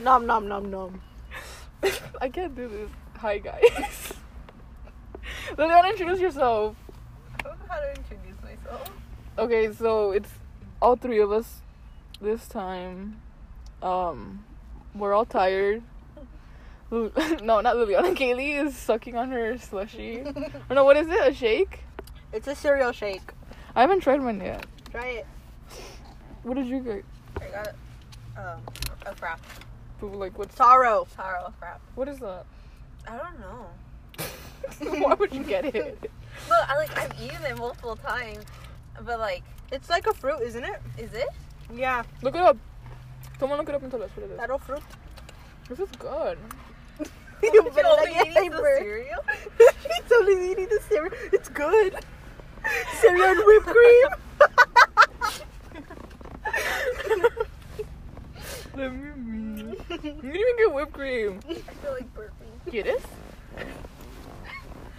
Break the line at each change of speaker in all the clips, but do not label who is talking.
Nom nom nom nom.
I can't do this. Hi guys. Liliana, introduce yourself.
I don't know how to introduce myself.
Okay, so it's all three of us this time. Um, we're all tired. Lu- no, not Liliana. Kaylee is sucking on her slushy. or no, what is it? A shake?
It's a cereal shake.
I haven't tried mine yet.
Try it.
What did you get?
I got um, a frap.
People like what's
Taro.
Taro frap.
what is that?
I don't know.
Why would you get it?
Look, I like I've eaten it multiple times, but like,
It's like a fruit, isn't it?
is it?
Yeah.
Look it up. Someone look it up and tell us what it is.
Taro fruit.
This is good.
you
Did
better
only
like
eat
it,
the
Amber.
cereal?
He's only eating the cereal. It's good. cereal and whipped cream.
Let me You didn't even get whipped cream.
I feel like burping.
Get it?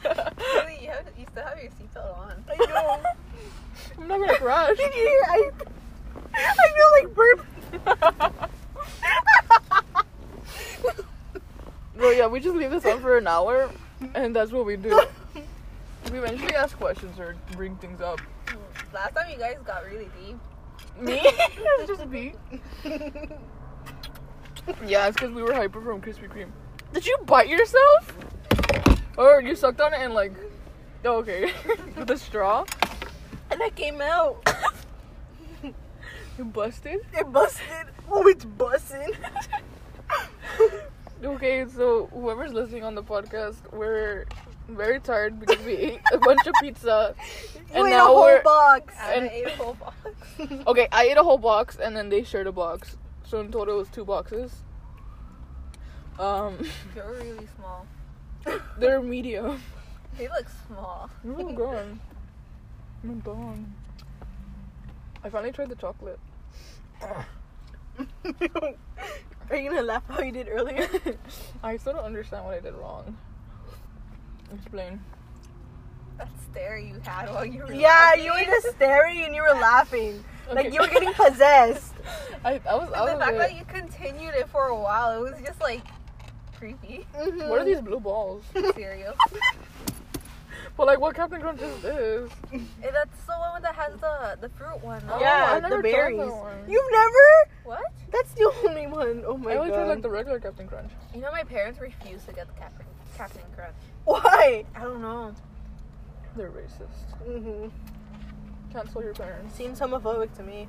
Really, you, have, you still have your seatbelt on.
I know.
I'm not gonna crash.
Did you hear? I, I feel like burp.
Well, yeah, we just leave this on for an hour, and that's what we do. We eventually ask questions or bring things up.
Last time you guys got really deep.
Me? It's just me. Yeah, it's because we were hyper from Krispy Kreme. Did you bite yourself? Or you sucked on it and like, oh, okay, with a straw?
and I came out.
You busted?
It busted. Oh, it's busting.
Okay, so whoever's listening on the podcast, we're very tired because we ate a bunch of pizza.
You
And
ate a
now
whole
we're-
box.
I
And-
ate a whole box.
Okay, I ate a whole box and then they shared a box. So in total it was two boxes. Um
You're really small.
they're medium.
They look small.
Oh,
I'm gone. I'm gone. I finally tried the chocolate.
Are you gonna laugh how you did earlier?
I still don't understand what I did wrong. Explain.
That stare you had while you were
yeah, you were
laughing.
just staring and you were laughing. Like
Okay.
you were getting possessed.
I, I was
And
out
the fact
of
that
it.
you continued it for a while, it was just like creepy.
What are these blue balls?
Cereal.
But like what Captain Crunch is this?
Eh, That's the one that has the the fruit one. no?
Yeah. Oh, I
yeah,
never
the
tried that
berries.
one.
You've never?
What?
That's the only one. Oh my
I only
god.
tried like the regular Captain Crunch.
You know my parents refused to get the Captain Captain Crunch.
Why?
I don't know.
They're racist.
Mm-hmm.
Cancel your parents.
Seems homophobic to me.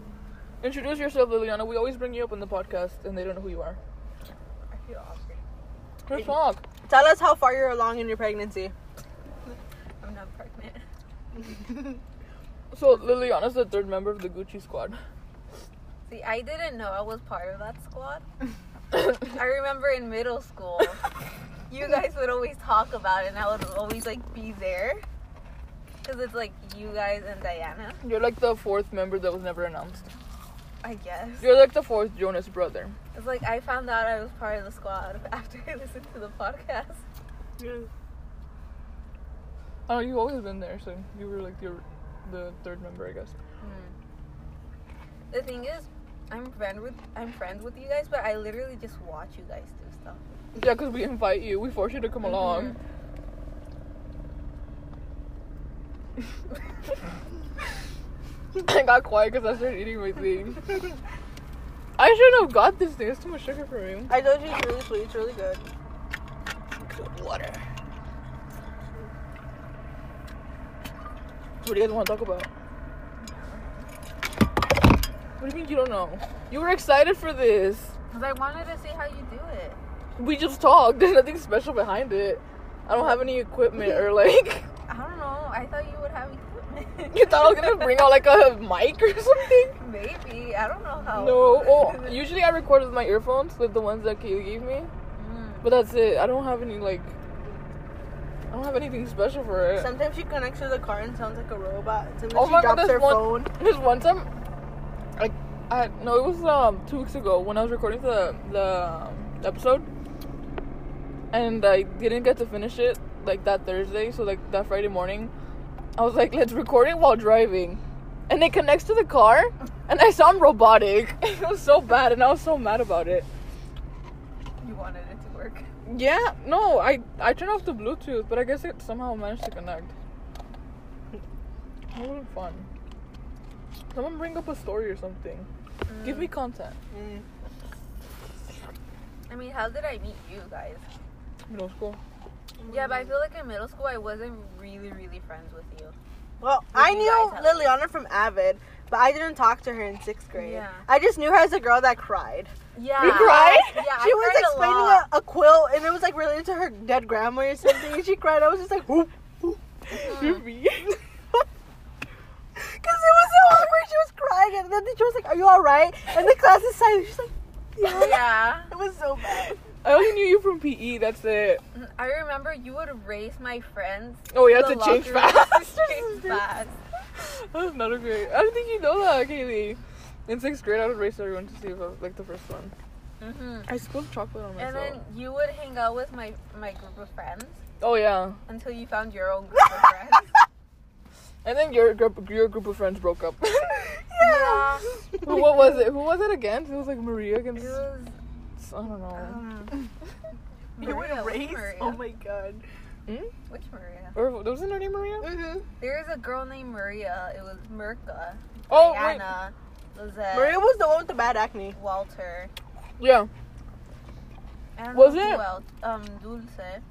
Introduce yourself, Liliana. We always bring you up in the podcast and they don't know who you are.
I feel awkward.
Let's talk.
Tell us how far you're along in your pregnancy.
I'm not pregnant.
So Liliana's the third member of the Gucci squad.
See, I didn't know I was part of that squad. I remember in middle school, you guys would always talk about it, and I would always like be there. Cause it's like you guys and Diana,
You're like the fourth member that was never announced.
I guess.
You're like the fourth Jonas brother.
It's like I found out I was part of the squad after I listened to the podcast.
Oh, you've always been there, so you were like the the third member, I guess.
Hmm. The thing is, I'm friend with I'm friends with you guys, but I literally just watch you guys do stuff.
Yeah, because we invite you. We force you to come along. I got quiet because I started eating my thing. I shouldn't have got this thing. It's too much sugar for me.
I told you it's really sweet. It's really good.
Water. What do you guys want to talk about? What do you mean you don't know? You were excited for this.
Cause I wanted to see how you do it.
We just talked. There's nothing special behind it. I don't have any equipment or like.
I don't know. I thought you would have equipment.
You thought I was gonna bring out like a mic or something?
Maybe I don't know how.
No. Oh, usually I record with my earphones, with the ones that Kaylee gave me.
Mm.
But that's it. I don't have any like. I don't have anything special for it.
Sometimes she connects to the car and sounds like a robot. Sometimes
Oh
she
my God,
drops her
there's one-
phone.
There's one time, like, I no, it was um two weeks ago when I was recording the the um, episode, and I didn't get to finish it like that Thursday. So like that Friday morning, I was like, let's record it while driving, and it connects to the car, and I sound robotic. it was so bad, and I was so mad about it.
You wanted it to work.
Yeah, no, I I turned off the Bluetooth, but I guess it somehow managed to connect. That would fun. Someone bring up a story or something. Give me content.
Mm.
I mean, how did I meet you guys?
Middle school.
Mm.
Yeah, but I feel like in middle school I wasn't really, really friends with you.
Well, I
you
knew
guys have-
Liliana from Avid, but I didn't talk to her in sixth grade.
Yeah.
I just knew her as a girl that cried.
Yeah.
You cried?
Yeah, I
she was
cried
explaining
a
a,
lot.
a, quilt, and it was like related to her dead grandma or something, and she cried. I was just like, whoop, whoop.
Uh-huh.
Mhm.
Because it was so awkward. She was crying, and then the teacher was like, "Are you all right?" And the class is silent. She's like, "Yeah."
yeah.
It was so bad.
I only knew you from PE. That's it.
Mm, I remember you would race my friends.
Oh, we had
the
to change
locker rooms to
fast.
change fast.
That's not a great. I don't think you know that, Kaylee. In sixth grade, I would race everyone to see if I was like the first one.
hmm
I spilled chocolate on myself.
And then you would hang out with my my group of friends
oh yeah.
until you found your own group of friends.
And then your group, your group of friends broke up.
Yeah.
Who, what was it? Who was it against? It was like Maria
It
against.
was
I don't know.
Um, you would
Maria, which
race?
Maria?
Oh my god.
Hmm?
Which Maria?
Or wasn't her name Maria?
Mm-hmm.
There's a girl named Maria. It was Mirka,
Oh wait.
Diana, Lizette,
Maria was the one with the bad acne.
Walter.
Yeah.
I don't
Was
know
it-
Who else. Um, Dulce.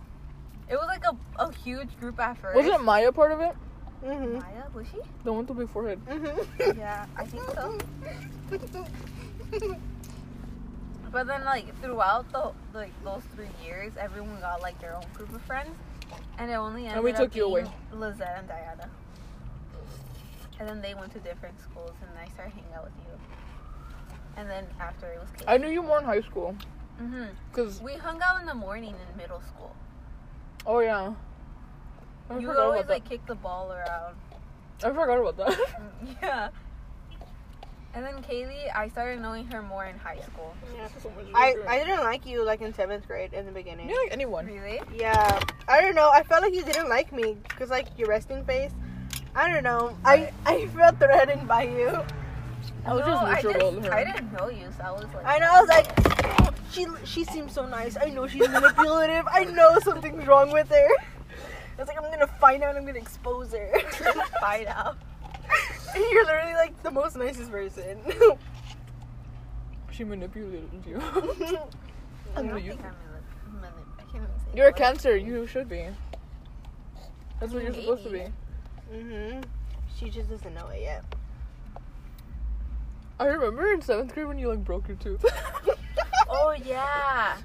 It was like a, a huge group at 1st
Wasn't Maya part of it?
Mm-hmm.
Maya? Was she?
The one with the big forehead.
Mm-hmm.
Yeah, I think so. But then, like throughout the like those three years, everyone got like their own group of friends, and it only ended
And we
up
took you
being
away.
Lizette and Diana. And then they went to different schools, and I started hanging out with you. And then after it was Kate.
I knew you more in high school.
hmm
Cause
We hung out in the morning in middle school.
oh yeah. I
you would
forgot
always
about
like kick the ball around.
that. I forgot about that.
Mm, yeah. And then Kaylee, I started knowing her more in high school.
I, I didn't like you like in seventh grade in the beginning.
You like anyone?
Really?
Yeah, I don't know. I felt like you didn't like me because like your resting face. I don't know. I I felt threatened by you.
I was
No,
just
I,
miserable.
just,
to her.
I didn't know you, so I was like,
I know. I was like, she she seems so nice. I know she's manipulative. I know something's wrong with her. I was like, I'm gonna find out. I'm gonna expose her.
find out.
And You're literally like the most nicest person.
She manipulated you.
I
I know
don't
you.
think I'm in the minute. I can't even say.
You're a
what.
cancer. You should be. That's what you're
Maybe.
supposed to be.
Mm-hmm.
mhm. She just doesn't know it yet.
I remember in seventh grade when you like broke your tooth.
Oh yeah.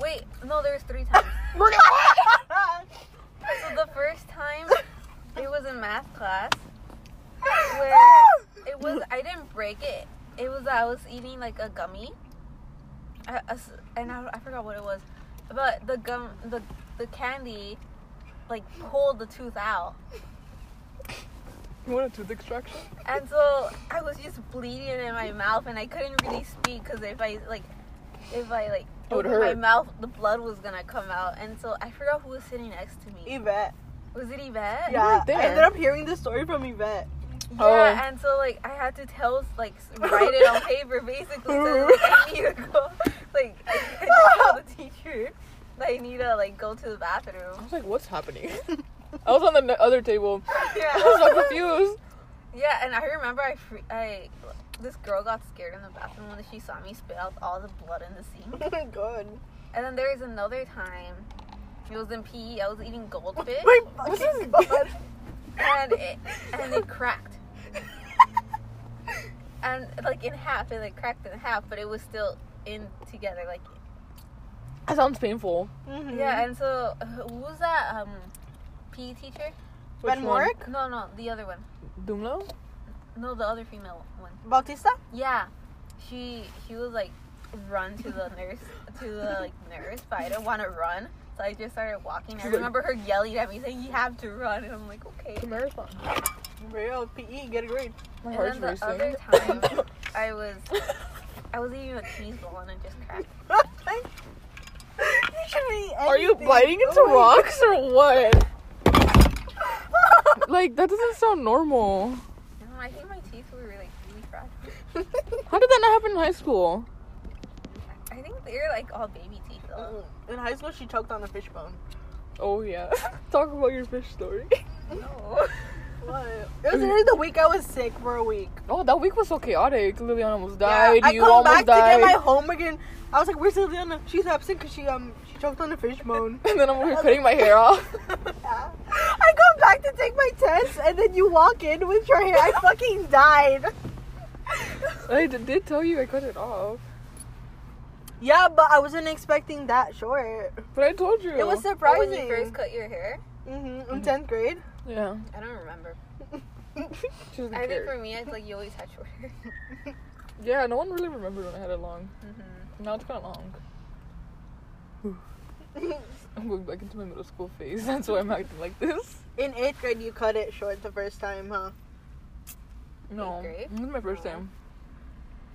Wait, no, there's three times. So the first time, it was in math class where it was. I didn't break it. It was I was eating like a gummy, I- a s- and I, I forgot what it was, but the gum the the candy, like pulled the tooth out.
you want a tooth extraction?
And so I was just bleeding in my mouth, and I couldn't really speak because if I like, if I like
It would
opened my
hurt.
mouth, the blood was gonna come out. And so I forgot who was sitting next to me.
Yvette.
Was it Yvette?
Yeah,
weren't
I
there.
ended up hearing this story from Yvette.
Yeah.
Oh.
And so like I had to tell like s- write it on paper basically. So like, I need to go. Like I had to tell the teacher that I need to like go to the
I
bathroom.
was like, what's happening?
Oh
I was on the n- other table. I was so
Yeah.
confused.
Yeah, and I remember I, fre- I, this girl got scared in the bathroom when she saw me spit out all the blood in the sink.
Good.
And then there is another time. It was in PE. I was eating goldfish,
My fucking butt.
and it and it cracked, and like in half. It like cracked in half, but it was still in together. Like
That sounds painful.
Mhm.
yeah. And so uh, who was that? Um, PE teacher?
Which
Van
one?
Mork?
No, no, the other one.
Dumlo?
No, the other female one.
Bautista?
Yeah, she she was like run to the nurse to the like nurse, but I didn't want to run, so I just started walking. I
She's like-
remember her yelling at me saying, "You have to run," and I'm like, "Okay."
The marathon.
Real
E,
PE, get a grade.
My
And
heart's
then the
racing.
other time, I was I was eating a cheese ball and it just cracked.
you should be.
Are you biting into
Oh
rocks or what? Like, that doesn't sound normal.
No, I think my teeth were like really fragile.
How did that not happen in high school?
I I think they're like all baby teeth though.
In high school, she choked on a fishbone.
Oh yeah. Talk about your fish story.
Oh. No.
What? It was literally the week I was sick for a week.
Oh, that week was so chaotic. Liliana almost
Yeah,
died.
I
you
come back
almost died.
to get my home again. I was like, "Where's Liliana? She's absent because she um she choked on a fishbone."
and then I'm over here cutting my hair off.
I come back to take my test, and then you walk in with your hair. I fucking died.
I d- did tell you I cut it off,
Yeah, but I wasn't expecting that short.
but I told you.
It was
But
surprising.
when you first cut your hair,
hmm In tenth grade.
yeah.
I don't remember.
She doesn't
I think
care.
for me, it's like you always had short hair.
Yeah, no one really remembered when I had it long.
Mhm.
Now it's kind of long. I'm going back into my middle school phase. That's why I'm acting like this.
In eighth grade, you cut it short the first time, huh?
No,
grade?
this is my first
No.
time.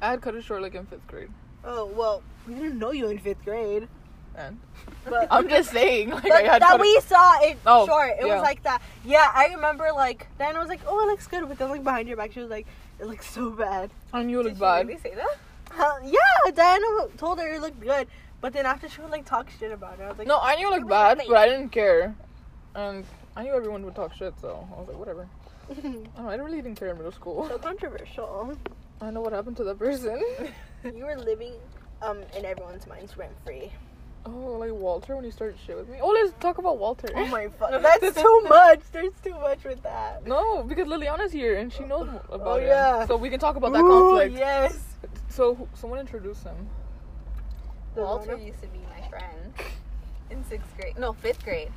I had cut it short like in fifth grade,
Oh well, we didn't know you in fifth grade.
and
But
I'm just saying like I
But
had
that
cut it-
we saw it
Oh,
short. It
yeah.
was like that. Yeah, I remember like Diana was like, "Oh, it looks good," but then like behind your back, she was like, "It looks so bad."
I knew it
Did
looked
you
bad.
really say that?
Huh, yeah, Diana told her it looked good, but then after she would like talk shit about it, I was like,
No, I knew it looked
It was
bad,
fake.
but I didn't care, and I knew everyone would talk shit, so I was like, whatever. I don't know, I really didn't care in middle school.
so controversial."
I know what happened to that person.
you were living um in everyone's minds rent free.
Oh, like Walter when he started shit with me. Oh, let's talk about Walter.
Oh my fuck, that's too much. There's too much with that.
No, because Liliana's here and she knows about
Oh,
it.
yeah.
So we can talk about that
Ooh,
conflict.
Yes.
So who- someone introduced him.
Walter used to be my friend in sixth grade. No, fifth grade.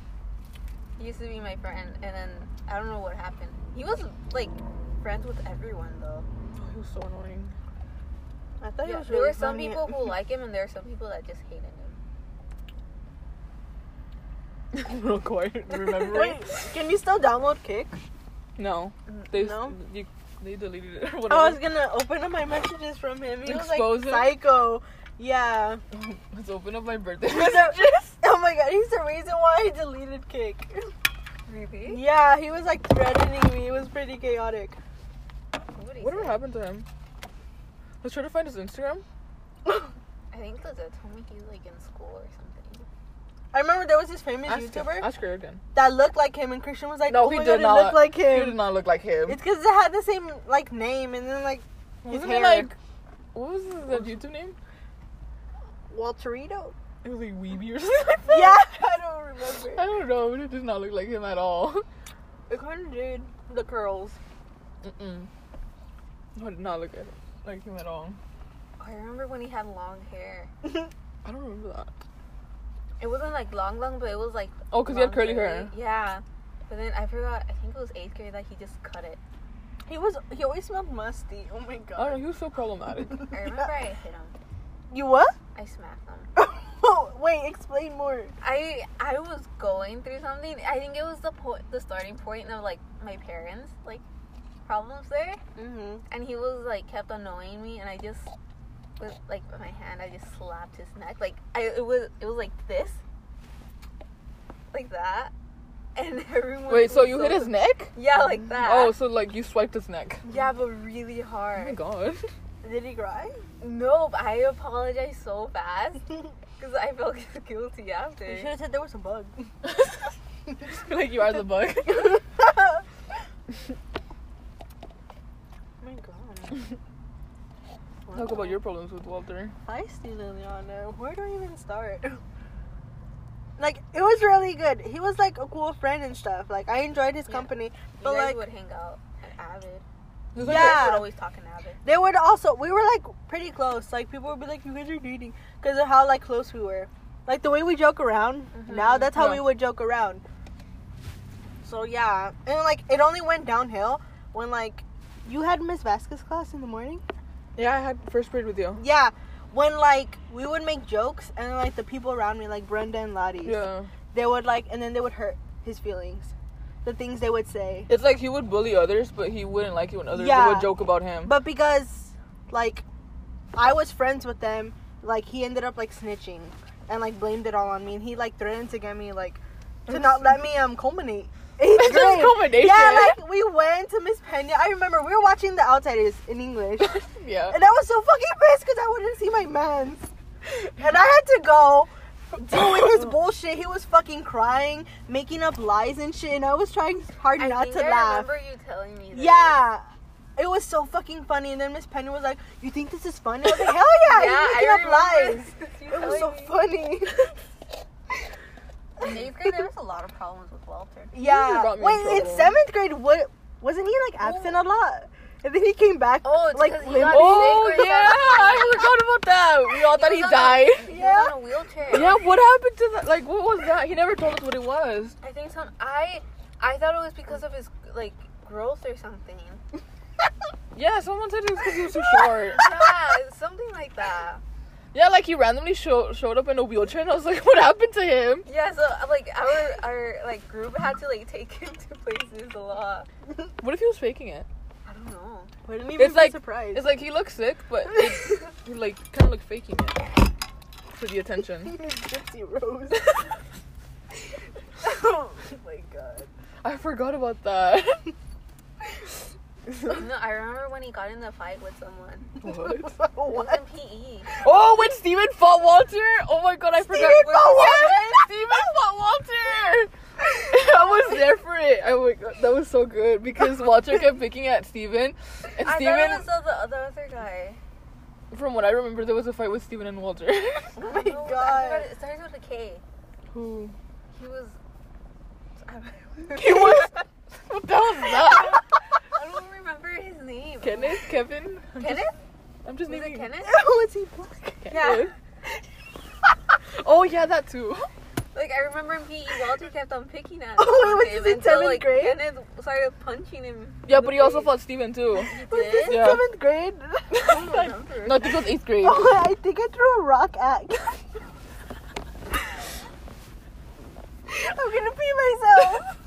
He used to be my friend, and then I don't know what happened. He was like friends with everyone though.
Oh, he was so annoying.
I thought it was
there
really
were some
funny.
people who like him, and there are some people that just hated him.
Real quiet. Remember?
Wait, can you still download Kick?
No, they
Mm,
s-
No?
you, they deleted it. or Whatever.
I was gonna open up my messages from him. He was
Expose him?
like psycho. Yeah.
Let's open up my birthday.
oh my god, he's the reason why I deleted Kick.
Really?
Yeah, he was like threatening me. It was pretty chaotic.
What,
Whatever happened to him? Let's try to find his Instagram.
I think Lizette told me he's like in school or something.
I remember there was this famous
Ask him.
YouTuber
Ask her again.
that looked like him, and Christian was like,
No,
"Oh
he
my god,
did not.
It looked like
He did
him."
not look like him.
It's because it had the same like name, and then like his
Wasn't
hair.
it like what was his that YouTube name?
Walterito.
It was like Weeby or something like that.
yeah, I don't remember.
I don't know, but it did not look like him at all.
It kind of did the curls.
Mm-mm. No, it did not look at- like him at all.
Oh, I remember when he had long hair.
I don't remember that.
It wasn't like long, long, but it was like.
Oh, 'cause he had
long
curly hair.
Yeah. But then I forgot, I think it was eighth grade that he just cut it.
He was. He always smelled musty. Oh my
I don't know,
god.
he was so problematic.
I remember I hit him.
You what?
I smacked him.
oh, wait, explain more.
I I was going through something. I think it was the po- the starting point of like my parents like problems there,
Mm-hmm.
and he was like kept annoying me, and I just with like my hand, I just slapped his neck. Like I it was it was like this, like that, and everyone.
Wait, so
was
you hit his neck?
Yeah, like that.
Oh, so like you swiped his neck.
yeah, but really
Oh my
hard.
god.
Did he cry?
No, but I apologized so fast
you
because I felt guilty
should
after.
have said there was a bug.
like you are the bug.
oh my god.
Talk about your problems with Walter.
Hi, Liliana. Where do I even start? Like it was really good. He was like a cool friend and stuff. Like I enjoyed his
Yeah.
company.
You
But
guys
like
would hang out at Avid.
There's
You guys
Yeah.
would always talk in Avid.
they would also we were like pretty close. Like people would be like, "You guys are dating," because of how like close we were. Like the way we joke around
Mhm.
now. That's how
Yeah.
we would joke around. So yeah, and like it only went downhill when like you had Miss Vasquez class in the morning.
yeah, I had first period with you.
Yeah, when like we would make jokes and like the people around me, like Brenda and Lottie,
Yeah.
they would like, and then they would hurt his feelings. The things they would say,
It's like he would bully others, but he wouldn't like it when others
Yeah.
would joke about him.
but because like I was friends with them, like he ended up like snitching and like blamed it all on me, and he like threatened to get me like to not let me um culminate. Eighth
It's just
grade.
combination.
Yeah, like we went to Miss Pena. I remember we were watching The Outsiders in English,
yeah.
and I was so fucking pissed because I wouldn't see my man's. and I had to go deal with his bullshit. He was fucking crying, making up lies and shit, and I was trying hard
I
not
think
to
I
laugh.
remember you telling me. This.
Yeah. It was so fucking funny, and then Miss Penny was like, "You think this is funny?" I was like, "Hell yeah,
Yeah,
he's making up
I remember
lies."
this. You
It was
telling
so
me.
funny.
In eighth grade, there was a lot of problems with Walter.
really
Yeah.
got me in
Wait, in
trouble.
seventh grade, what wasn't he like absent a lot? And then he came back,
Oh, it's
like
'cause he
limp-
got
Oh
sick or
yeah, I forgot about that. We all thought he
was
died.
On a, he
Yeah.
was on a wheelchair.
Yeah, what happened to that? Like, what was that? He never told us what it was.
I think some. I I thought it was because of his like growth or something.
Yeah, someone said it was because he was too short.
Yeah, something like that.
Yeah, like he randomly show, showed up in a wheelchair, and I was like, what happened to him?
Yeah, so like our our like group had to like take him to places a lot.
What if he was faking it?
I don't know.
Wouldn't even
It's
be
like-
surprised.
It's like he looks sick, but it, he like kind of looked faking it for the attention.
Gypsy Rose.
oh my god.
I forgot about that.
No, I remember when he got in the fight with someone.
What?
It was
what?
in E. PE.
Oh, when Steven fought Walter? Oh my god, I forgot.
Steven fought Walter!
Steven fought Walter! I was there for it. Oh my god, that was so good because Walter kept picking at Steven. And
I thought it
Steven,
was the, the, the other guy.
from what I remember, there was a fight with Steven and Walter.
Oh
I
my
don't know, I forgot
god.
It It starts with a K.
Who?
He was. I don't-
He was. What the hell was that?
I don't remember his name.
Kenneth? Kevin? I'm just-
Kenneth?
I'm just
Was it
naming
Kenneth?
Was he black?
Kenneth. Oh, yeah, that too.
Like I remember in PE, Walter kept on picking at
Oh, wait, was
him
this in
until
seventh
like
grade?
Kenneth started punching him.
Yeah,
in the
but he also
face.
fought Steven too.
Was
He
this
did.
Yeah.
seventh grade?
I don't remember.
No, I think it was eighth grade.
oh, I think I threw a rock at. I'm gonna pee myself.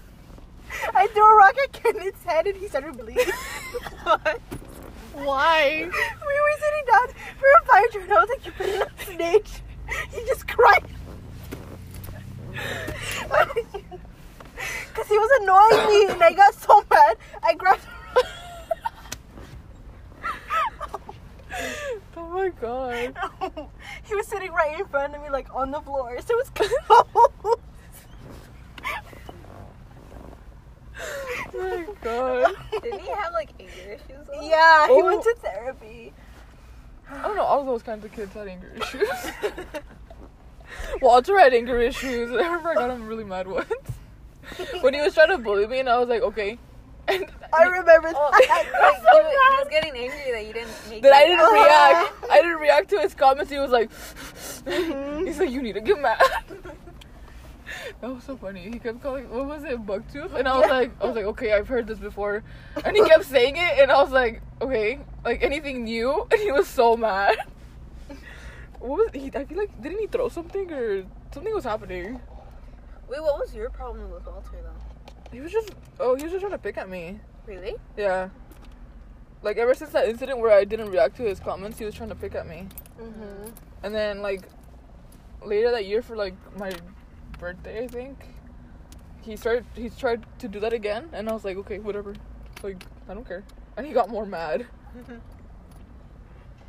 I threw a rock at Kenneth's head and he started bleeding.
What?
Why?
we were sitting down for a fire drill and I was like, you put it on stage. You just cried. Because he was annoying me and I got so mad. I grabbed
Oh my god.
he was sitting right in front of me, like on the floor, so it was cold.
Oh my god.
Didn't he have like anger issues? though?
yeah, he went
Oh.
to therapy.
I don't know, all those kinds of kids had anger issues. Walter had anger issues. I remember I got him really mad once. When he was trying to bully me, and I was like, okay. And
I remember
Oh, like,
that.
you, he was getting angry that you didn't make.
then I
it.
didn't react. I didn't react to his comments. He was like,
Mhm.
he's like, you need to get mad. That was so funny. He kept calling, what was it, Bucktooth? And I was like, I was like, okay, I've heard this before. And he kept saying it, and I was like, okay, like anything new. And he was so mad. What was he? I feel like didn't he throw something or something was happening?
Wait, what was your problem with Walter though?
He was just oh, he was just trying to pick at me.
Really?
Yeah. Like ever since that incident where I didn't react to his comments, he was trying to pick at me.
Mhm.
And then like later that year for like my birthday, I think he started he tried to do that again, and I was like, okay, whatever, like I don't care. And he got more mad.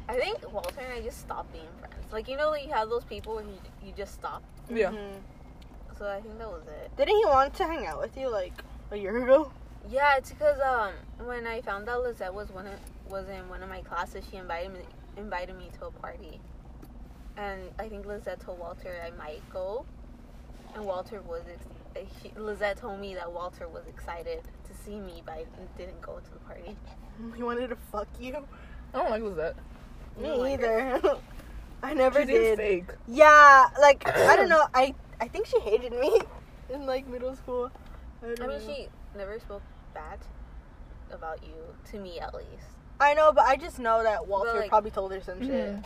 I think Walter and I just stopped being friends. Like you know, like, you have those people where you, you just stop.
Yeah.
Mhm.
So I think that was it.
Didn't he want to hang out with you like a year ago?
Yeah, it's because um when I found out Lizette was one of, was in one of my classes, she invited me invited me to a party, and I think Lizette told Walter I might go, and Walter was ex- he, Lizette told me that Walter was excited to see me, but I didn't go to the party.
He wanted to fuck you.
I don't like Lizette.
Me
No, like-
either. I never
She seems
did.
fake.
Yeah, like I don't know. I I think she hated me in like middle school. don't
I mean,
know.
she never spoke bad about you to me at least.
I know, but I just know that Walter
like-
probably told her some shit.
Mhm.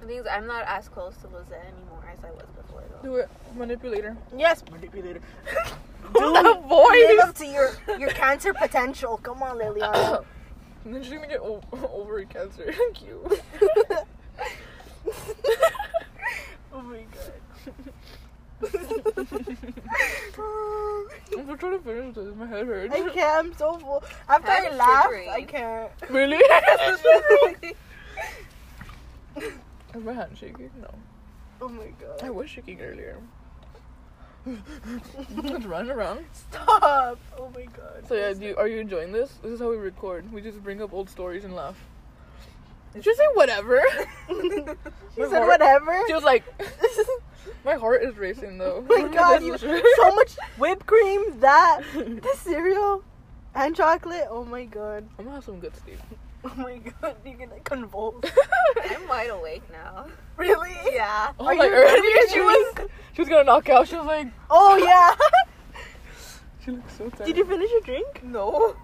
The thing is, I'm not as close to Lizette anymore as I was before though.
Do it, manipulator.
Yes, manipulator.
that
live
voice.
up to your your cancer potential. Come on, Liliana.
And then she's gonna get o- ovary cancer. Cute.
oh my god.
I'm still trying to finish this. My head hurts.
I can't. I'm so full. After I
I'm
laugh,
shivering.
I can't.
Really? Is my hand shaking? No.
Oh my
I
god.
was shaking earlier. it's running around.
Stop! Oh my god.
So yeah, do you, are you enjoying this? This is how we record. We just bring up old stories and laugh. Did you say whatever?
She
My
said
heart-
whatever.
She was like, my heart is racing though.
Oh my god, you so much whipped cream, that, the cereal, and chocolate. Oh my god.
I'm gonna have some good sleep.
Oh my god, you're gonna convulse.
I'm wide awake now.
really?
Yeah.
Oh,
Are
like
you
earlier she
really?
was she was gonna knock out. She was like,
Oh yeah.
she looks so tired.
Did you finish your drink?
No.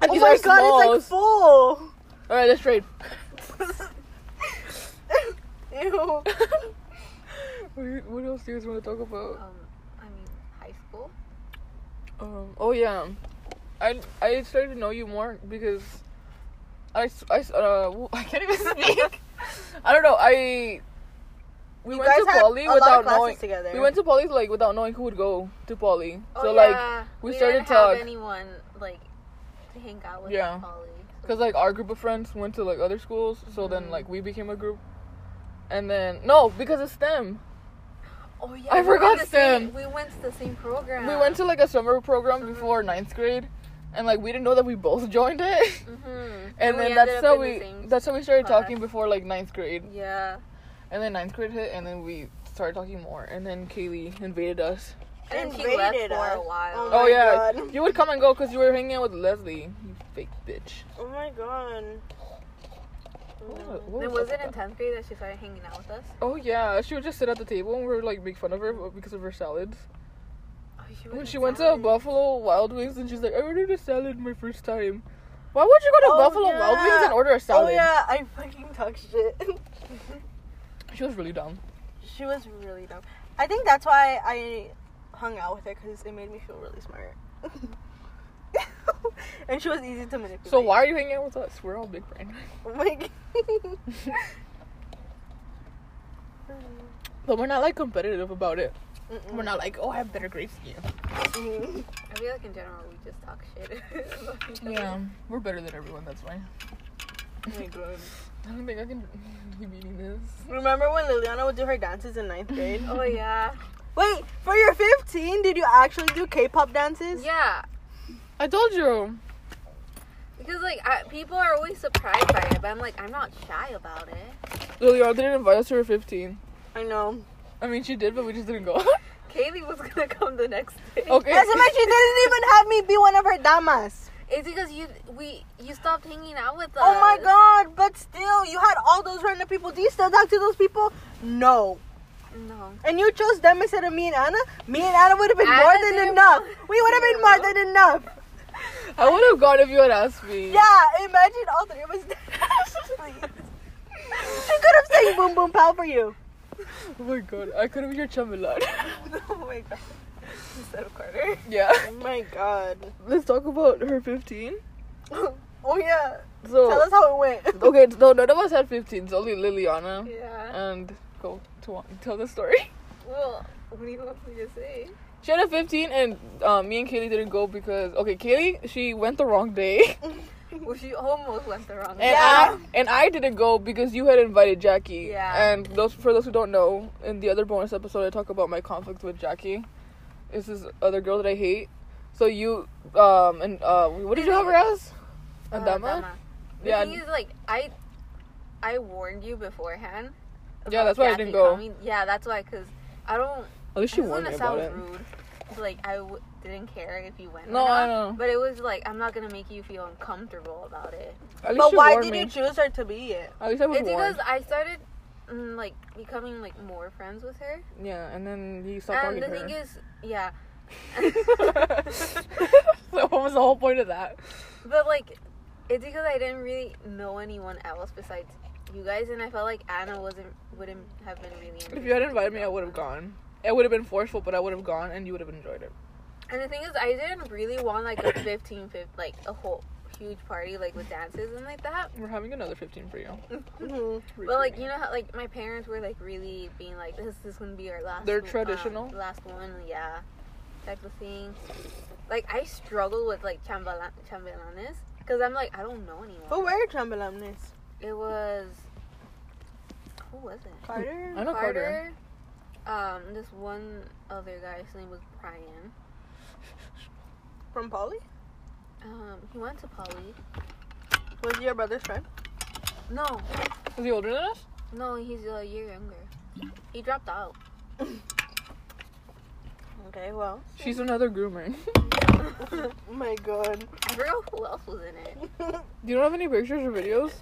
And
oh
these
my god,
are
it's like
smalls.
full.
All right, let's trade.
Ew.
What, do you- what else do you guys want to talk about?
Um, I mean, high school.
Um, oh yeah, I I started to know you more because I s- I s- uh w- I can't even speak. I don't know. I we
You
went
guys
to
had
Poly
a lot of
without
classes
knowing.
together.
We went to Poly like without knowing who would go to Poly.
Oh,
so like
yeah.
we
didn't
started
have
talk-
anyone like to hang out with
Yeah.
at Poly. So
because like our group of friends went to like other schools. So then like we became a group, and then no because of STEM.
Oh yeah,
I
we went
forgot
to the same-
Sam.
We went to the same program.
We went to like a summer program
Summer.
before ninth grade, and like we didn't know that we both joined it.
hmm
And, then that's how we that's how we started
class.
talking before like ninth grade.
yeah.
And then ninth grade hit, and then we started talking more. And then Kaylee invaded us.
And she
Invaded
left for a
us.
while.
Oh
Oh,
my
yeah,
God.
you would come and go because you were hanging out with Leslie. You fake bitch.
Oh my god.
What was- what
Then
was
was
up
it in
with that?
tenth grade that she started hanging out with us?
Oh yeah, she would just sit at the table and we would like make fun of her because of her salads.
Oh, she
When
was
she
in
went to
salad.
Buffalo Wild Wings and she's like, I ordered a salad my first time. Why would you go to
Oh,
Buffalo Wild Wings
yeah.
and order a
Oh
salad?
yeah, I fucking talk shit.
She was really dumb.
She was really dumb. I think that's why I hung out with her because it made me feel really smart. and she was easy to manipulate.
So why are you hanging out with us? We're all big brain.
Oh my god.
But we're not like competitive about it.
Mm-mm.
We're not like, oh, I have better grades than you.
Mm.
I feel like in general we just talk shit. about each other.
Yeah, we're better than everyone. That's why.
Oh my god.
I don't think I can keep eating this.
Remember when Liliana would do her dances in ninth grade?
Oh yeah.
Wait, for your 15, did you actually do K-pop dances?
Yeah.
I told you.
Because like I, people are always surprised by it, but I'm like I'm not shy about it.
Liliana didn't invite us to her 15.
I know.
I mean, she did, but we just didn't go.
Kaylee was gonna come the next day.
okay.
As a matter, she didn't even have me be one of her damas.
It's because you we you stopped hanging out with us.
Oh my god, but still, you had all those random people. Do you still talk to those people? No.
No.
and you chose them instead of me and Anna, me and Anna would have been
Anna
more than
didn't
enough.
want
We would have been
to.
more than enough.
I would have gone if you had asked me.
Yeah, imagine all three of us. I could have sang Boom Boom Pow for you.
Oh my god, I could have been your chamelot.
Oh my god.
Instead of Carter.
yeah.
Oh my god.
Let's talk about her 15.
Oh yeah.
So.
Tell us how it went.
okay, no, none of us had 15s. Only Liliana.
Yeah.
And go to tell the story.
Well, what do you want me to say?
She had a 15, and um, me and Kaylee didn't go because okay, Kaylee she went the wrong day.
Well, she almost went the wrong way.
And
Yeah.
I and I didn't go because you had invited Jackie.
Yeah.
And those for those who don't know, in the other bonus episode I talk about my conflict with Jackie. It's this other girl that I hate. So you um and uh what did you have her as?
Uh,
Adama?
Dama. The
yeah.
thing is, like, I, I warned you beforehand.
Yeah,
about
that's why I didn't
Jackie
go.
coming. Yeah, that's why, cause I don't.
At least she
this is
warned me
gonna
about
sound
it.
rude. It's Like I w- didn't care if you went.
No,
or
I
not,
know.
But it was like I'm not gonna make you feel uncomfortable about it.
At least
But
she
why
warned
did
me.
you choose her to be it?
At least I was
it's
warned.
because I started, mm, like, becoming like more friends with her.
Yeah, and then he stopped talking
And the
to her.
thing is, yeah,
so what was the whole point of that?
But like, it's because I didn't really know anyone else besides you guys, and I felt like Anna wasn't wouldn't have been really.
If you had invited me, I would have gone. It would have been forceful, but I would have gone, and you would have enjoyed it.
And the thing is, I didn't really want like a 15, 15 like a whole huge party like with dances and like that.
We're having another 15 for you.
Mhm.
But like you know, how, like my parents were like really being like, this this is gonna be our last.
They're
um,
traditional?
last one, yeah, type of thing. Like I struggle with like chambelan chambelanes because I'm like I don't know anyone.
Who were your chambelanes?
It was. Who was it?
Carter.
I know Carter.
Um, this one other guy. His name was Brian.
From Polly?
Um, he went to Poly.
Was he your brother's friend?
No,
Is he older than us?
no, he's a year younger. He dropped out.
Okay, well.
She's another groomer.
Oh my god.
I forgot who else was in it.
Do you don't have any pictures or videos?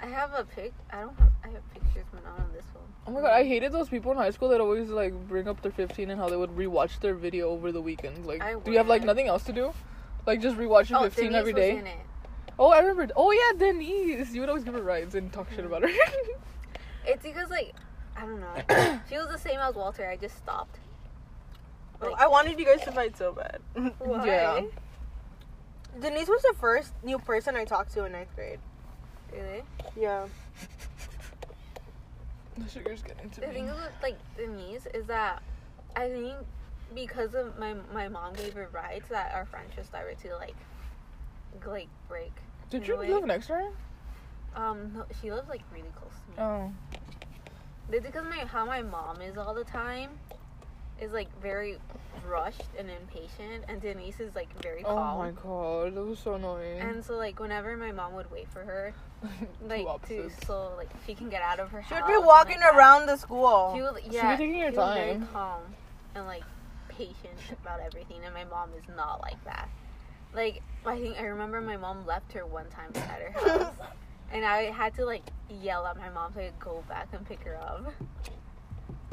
I have a pic. I don't have. I have pictures, but not on this one.
Oh my god, I hated those people in high school that always like bring up their 15 and how they would rewatch their video over the weekend. Like,
I
do you have like
would. Oh,
nothing else to do? Like, just rewatch your 15
Denise
every
was
day?
in it.
Oh, I remembered. Oh, yeah, Denise. You would always give her rides and talk shit about her.
It's because like I don't know. she was the same as Walter. I just stopped.
Well, I wanted you guys to fight so bad.
Yeah.
Denise was the first new person I talked to in ninth grade.
Really?
Yeah.
the sugar's getting to
The
me.
thing with like Denise is that I think because of my my mom gave her rides that our friendship started to like g- like break.
Did
in
you
a way.
live next to her?
Um, no, she lives like really close to me.
Oh.
It's because my how my mom is all the time is like very rushed and impatient, and Denise is like very
Oh
calm.
my god, that was so annoying.
And so like whenever my mom would wait for her, like
Two
to
opposites.
so like she can get out of her
She
house.
would be
and,
walking
like,
around the
Oh She
school.
was yeah.
taking her
she was very
time.
calm and like patient about everything, and my mom is not like that. Like I think I remember my mom left her one time at her house, and I had to like yell at my mom to go back and pick her up.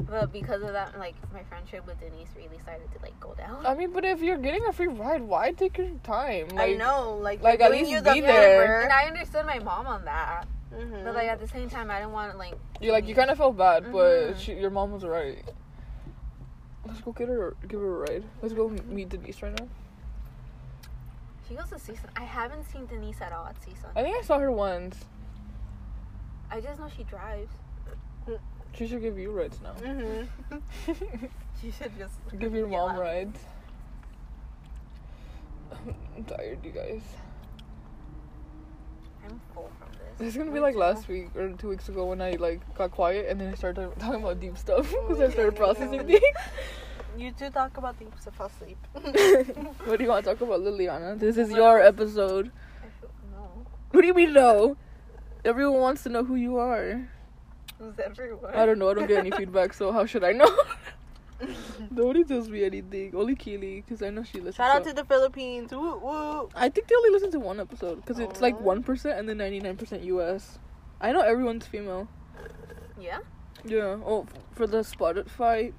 But because of that, like my friendship with Denise really started to like go down.
I mean, but if you're getting a free ride, why take your time?
I know, like,
like,
they're
at
doing
least
you the
be there.
favor.
And I understood my mom on that,
Mhm.
but like at the same time, I didn't want to like
You like you kind of felt bad, but
Mhm.
she, your mom was right. Let's go get her, give her a ride. Let's go m- meet Denise right now.
She goes to CSUN. I haven't seen Denise at all at CSUN.
I think I saw her once.
I just know she drives.
She should give you rides now.
Mhm.
She should just.
give your
Yeah.
mom rides. I'm tired, you guys.
I'm full from this.
This is gonna be
Me
like
too.
last week or two weeks ago when I like got quiet and then I started talking- talking about deep stuff
Oh,
because I started processing things.
You two talk about the so fall asleep.
what do you want to talk about, Liliana? This is your episode.
I feel- No.
What do you mean no? Everyone wants to know who you are.
Who's everyone?
I don't know. I don't get any feedback, so how should I know? Nobody tells me anything. Only Keely, because I know she listens.
Shout out
so-
to the Philippines. Woo woo.
I think they only listen to one episode because it's like
Aw.
one percent and then ninety nine percent U.S. I know everyone's female.
Yeah?
Yeah. Oh, f- for the Spotify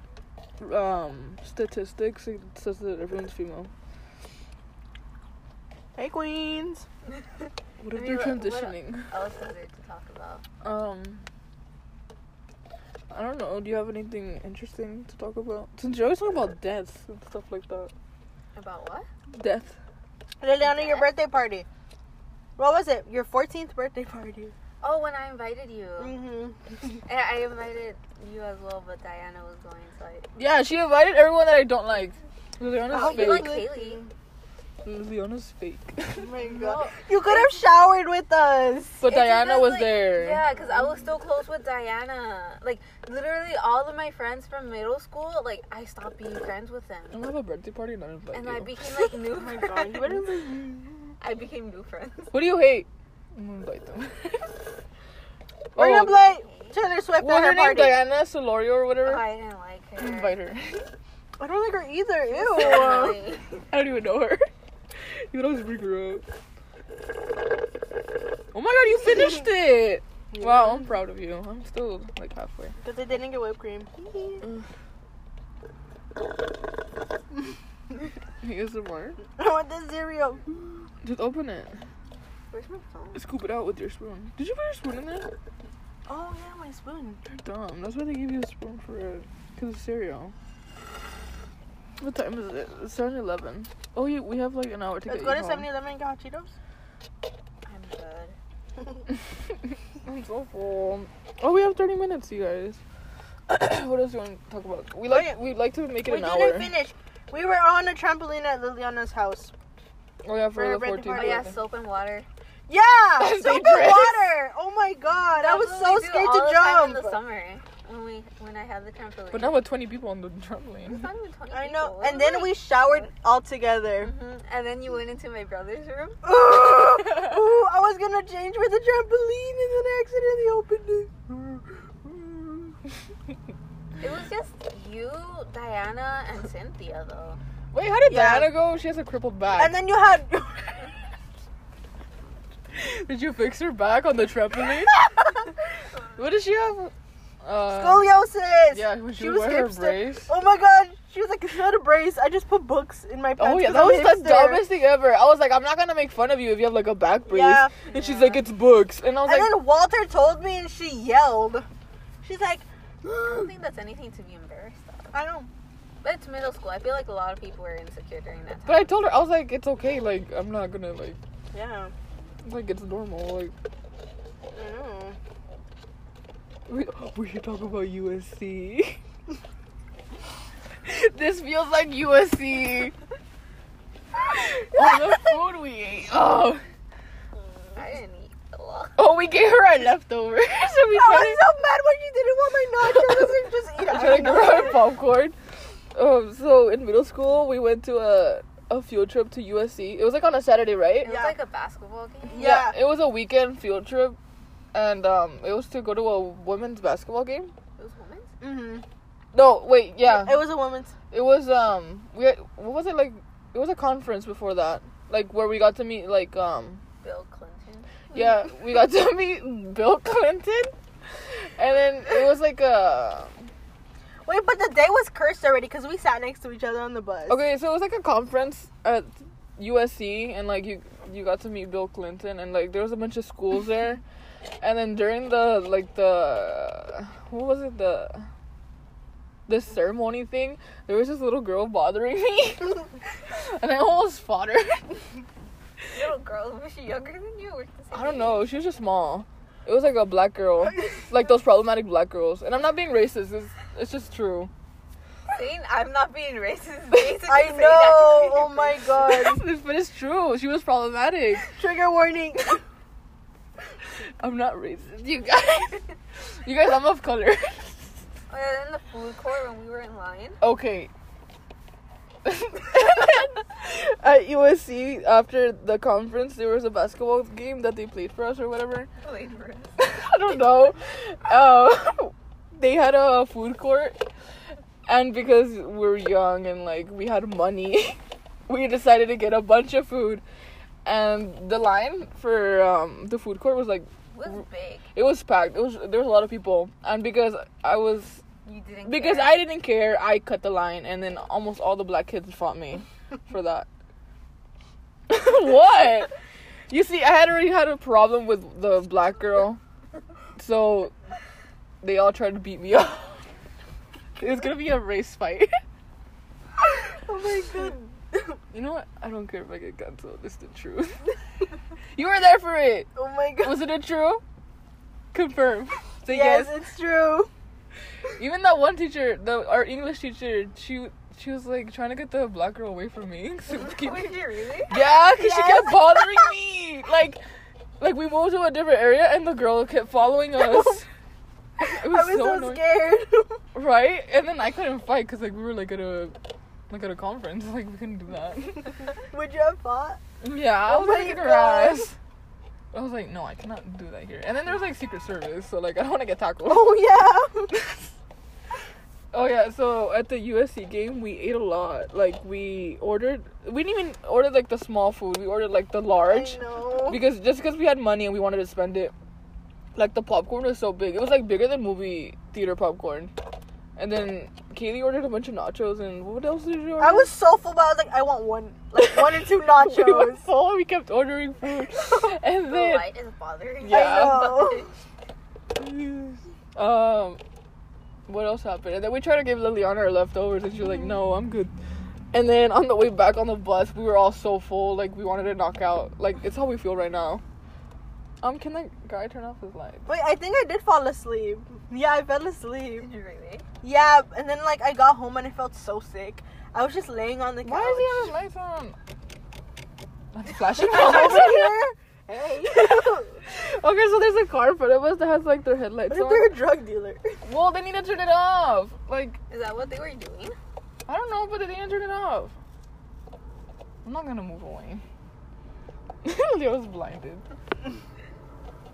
um statistics, it says that everyone's female.
Hey queens.
What if
I mean,
they're
what- what-
transitioning?
Else is there to talk about?
Um, I don't know. Do you have anything interesting to talk about? Since you always talk about death and stuff like that.
About what?
Death.
Liliana, your birthday party. What was it? Your 14th birthday party.
Oh, when I invited you.
Mm.
Mhm.
And I invited you as well, but Diana was going, so I.
Yeah, she invited everyone that I don't like. Liliana's
Oh,
fake.
you like Haley?
Liliana's fake.
Oh my
No.
god. You could have showered with us.
But
It's
Diana
because,
was
like-
there.
Yeah, because I was so close with Diana. Like, literally, all of my friends from middle school, like, I stopped being friends with them.
I'm gonna have a birthday party and I invite
And
you.
I became like new
Oh my
friends.
god. You would have
I became new friends.
what do you hate? I'm gonna invite them.
We're
oh,
gonna play Taylor Swift
What's
at
her
her
name?
party.
Diana Solorio or
Oh,
whatever.
I didn't like her.
invite her.
I don't like her either. Ew.
Really.
I don't even know her. you would always bring her up. Oh my god, you finished it! Wow, I'm proud of you. I'm still like halfway.
Because I didn't get whipped cream.
Here's some more.
I want the cereal.
Just open it.
Where's my phone?
Scoop it out with your spoon. Did you put your spoon in there?
Oh yeah, my spoon.
You're dumb. That's why they give you a spoon for it. Because of cereal. What time is it? It's 7 11. Oh, yeah, we have like an hour to
Let's
get
go
you
to
home.
7 Eleven and get hot Cheetos.
I'm good.
I'm so full. Oh, we have 30 minutes, you guys. what else do you want to talk about? We
Oh,
like
yeah.
we like to make it
We
an
didn't
hour.
finish. We were on a trampoline at Liliana's house.
Oh yeah, for,
for her
the
birthday
14th.
party.
Oh yeah, soap and water.
Yeah,
They
soap and
dress.
water. Oh my god, I was so scared to
in the
jump.
summer when we when I had the trampoline.
But now with 20 people on the
It's
trampoline.
not even 20
I
people.
know.
It
And
was
then
like-
we showered all together.
Mhm. And then you went into my brother's room.
Ooh, ooh, I was gonna change for the trampoline and then I accidentally opened it.
It was just you, Diana, and Cynthia though.
Wait, how did
Yeah.
Diana go? She has a crippled back.
And then you had.
did you fix her back on the trampoline? what does she have? Uh,
Scoliosis!
Yeah, when she,
She
would
was
wear her
hipster.
brace.
Oh my god, she was like, it's not a brace. I just put books in my pants.
Oh yeah,
'cause
that
I'm
was
hipster."
the dumbest thing ever. I was like, I'm not gonna make fun of you if you have like a back brace.
Yeah.
And she's
Yeah.
like, it's books. And I was
And
like,
then Walter told me and she yelled. She's like,
I don't think that's anything to be embarrassed of.
I don't.
But it's middle school. I feel like a lot of people were insecure during that time.
but I told her, I was like, it's okay. Like, I'm not gonna like,
Yeah,
like it's normal. Like,
I
Oh,
know.
we, we should talk about USC. this feels like USC. All the food we ate. Oh,
I didn't eat a lot.
oh, we gave her our leftovers. So we
I
tried
was so mad when she didn't want my nachos and just eat
I tried to give her
it.
popcorn. Um, so in middle school, we went to a a field trip to USC. It was like on a Saturday, right?
It was
Yeah.
like a basketball game.
Yeah.
It was a weekend field trip, and um, it was to go to a women's basketball game.
It was women's.
Mm-hmm.
No, wait, yeah,
It was a woman's.
it was um, we had, what was it like? It was a conference before that, like where we got to meet like um,
Bill Clinton.
yeah, we got to meet Bill Clinton, and then it was like a
Wait, but the day was cursed already because we sat next to each other on the bus.
Okay, so it was like a conference at USC, and like you you got to meet Bill Clinton, and like there was a bunch of schools there, and then during the like the what was it the the ceremony thing, there was this little girl bothering me, and I almost fought her.
Little girl. Was she younger than you? Or the same
I don't
age?
know, she was just small. It was like a black girl, like those problematic black girls, and I'm not being racist. It's it's just true.
Saying I'm not being racist. Basically
I
saying
know. Oh
I'm
my god.
but it's true. She was problematic.
Trigger warning.
I'm not racist, you guys. You guys, I'm of color.
Oh, yeah, in the food court when we were in line.
okay. At USC, after the conference, there was a basketball game that they played for us or whatever.
Wait for us.
I don't know. Uh, they had a food court, and because we're young and like we had money, we decided to get a bunch of food. And the line for um, the food court was like
It was big.
it was packed. It was there was a lot of people, and because I was
You didn't.
Because
care.
I didn't care, I cut the line, and then almost all the black kids fought me for that. what? You see, I had already had a problem with the black girl, so they all tried to beat me up. it was gonna be a race fight.
oh my god.
you know what? I don't care if I get canceled. It's the truth. you were there for it.
Oh my god.
Wasn't it true? Confirm. Say
yes,
yes.
it's true.
Even that one teacher, the our English teacher, she she was like trying to get the black girl away from me. So keep-
Was she really?
yeah, because she
Yes.
kept bothering me. Like, like we moved to a different area and the girl kept following us. It was,
I was
so,
so,
annoying,
scared.
right? And then I couldn't fight because like we were like at a like at a conference, like we couldn't do that.
Would you have fought?
Yeah, I
Oh
was
my
like kicking her
God.
ass. I was like, no, I cannot do that here. And then there was like Secret Service, so like I don't want to get tackled.
Oh yeah.
Oh yeah, so at the USC game we ate a lot. Like we ordered, we didn't even order like the small food. We ordered like the large
I know.
because just because we had money and we wanted to spend it. Like the popcorn was so big, it was like bigger than movie theater popcorn. And then Kaylee ordered a bunch of nachos and what else did you order?
I was so full, but I was like, I want one, like one and two
we were
nachos.
full. We kept ordering food, and
The
then
light is bothering.
Yeah.
I know.
um, what else happened? And then we tried to give Liliana our leftovers, and she was like, "No, I'm good." And then on the way back on the bus, we were all so full, like we wanted to knock out. Like it's how we feel right now. Um, can that guy turn off his light?
Wait, I think I did fall asleep. Yeah, I fell asleep.
Did you really?
Yeah, and then like I got home and I felt so sick. I was just laying on the couch.
Why does he have his lights on? That's flashing
I
lights.
was here Hey.
Okay, so there's a car in front of us that has like their headlights
what if they're
on.
a drug dealer?
Well, they need to turn it off. Like,
Is that what they were doing?
I don't know, but they didn't turn it off. I'm not gonna move away. Leo's blinded.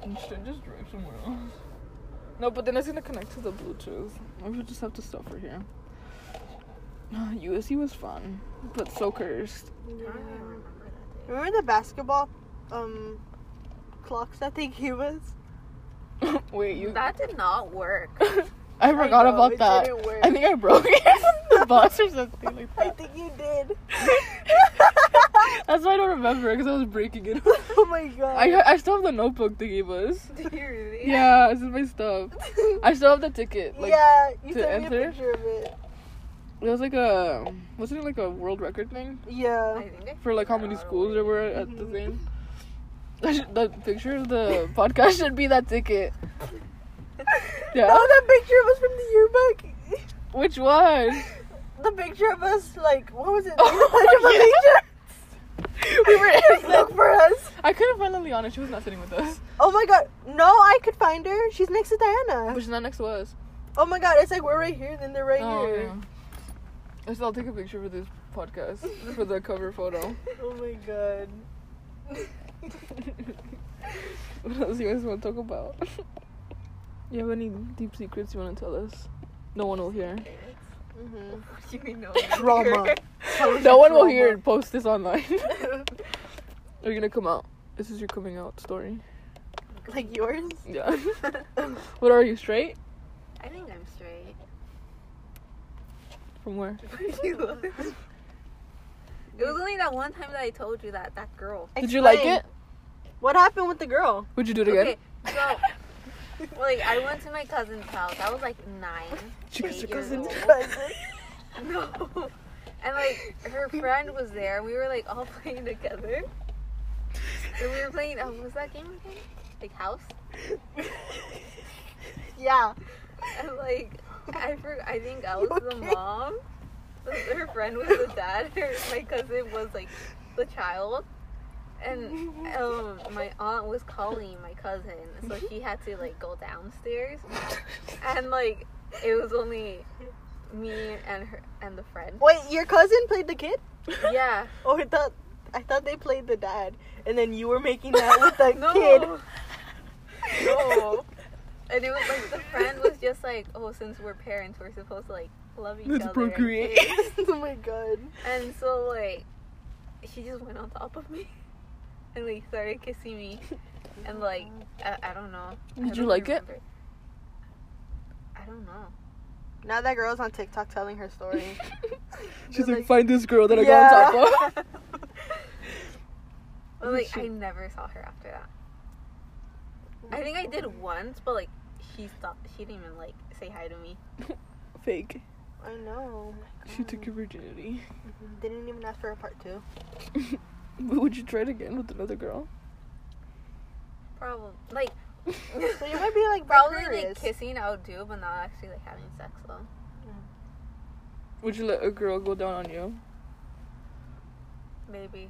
And should just drive somewhere else. No, but then it's gonna connect to the Bluetooth. Maybe we'll just have to stop for here. USC was fun, but so cursed.
I don't even remember that day.
Remember the basketball um clocks that they gave us?
Wait, you.
That did not work.
I forgot
know,
about
it
that.
didn't work.
I think I broke it on the bus or something like
I
that.
think you did.
That's why I don't remember because I was breaking it.
oh my god.
I I still have the notebook they gave us.
Did you really?
Yeah, this is my stuff. I still have the ticket. Like,
yeah, you
to
sent me a
enter?
picture of it.
It was like a wasn't it like a world record thing
Yeah.
I think I
for like how many
figured out a
schools
way.
there were at the
Mhm.
thing. That should- The picture of the podcast should be that ticket. Yeah.
No, that picture was from the yearbook.
Which one?
The picture of us, like, what was it?
Oh,
Oh,
we were.
Just look for us.
I couldn't find Liliana. She was not sitting with us,
Oh my god. No, I could find her. She's next to
but
Diana.
she's not next to us.
Oh my god, it's like we're right here, then they're right
Oh,
here.
yeah. I still I'll take a picture for this podcast for the cover photo.
Oh my god.
What else you guys want to talk about? you have any deep secrets you want to tell us? No one will hear. Mm-hmm.
Mhm.
What do you mean no?
Drama.
No one will
Drama.
hear and post this online. Are you gonna come out? This is your coming out story.
Like yours?
Yeah. what are you straight?
I think I'm straight.
From where?
You look- it was only that one time that I told you that that girl.
Did you like
Explain.
it?
What happened with the girl?
Would you do it
Okay,
again?
so like I went to my cousin's house. I was like nine.
She was your
eight years
cousin.
old. No. And like her friend was there. We were like all playing together. And we were playing. Um, what was that game again? Like house.
yeah.
And like I for, I think I was the
Okay.
mom. Her friend was the dad. Her, my cousin was like the child. And um, my aunt was calling my cousin, so she had to like go downstairs. And like it was only me and her and the friend.
Wait, your cousin played the kid?
Yeah.
Oh, I thought I thought they played the dad, and then you were making that with the
No.
kid.
No. And it was like the friend was just like, oh, since we're parents, we're supposed to like love each
Let's
other.
procreate.
oh my god.
And so like, she just went on top of me, and like started kissing me, and like I, I don't know. I
Did you
don't
like it?
remember. I don't know.
Now that girl's on TikTok telling her story.
She's
They're
like,
like-
find this girl that I got on top of.
yeah.
But
Oh,
like I
shit.
never saw her after that. I think I did once, but like she stopped. She didn't even like say hi to me.
Fake.
I know.
She took your virginity.
Didn't even ask for a part two.
Would you try it again with another girl?
Probably like
So you might be like
Probably
vicarious.
like kissing I would do, but not actually like having sex though.
Would you let a girl go down on you?
Maybe.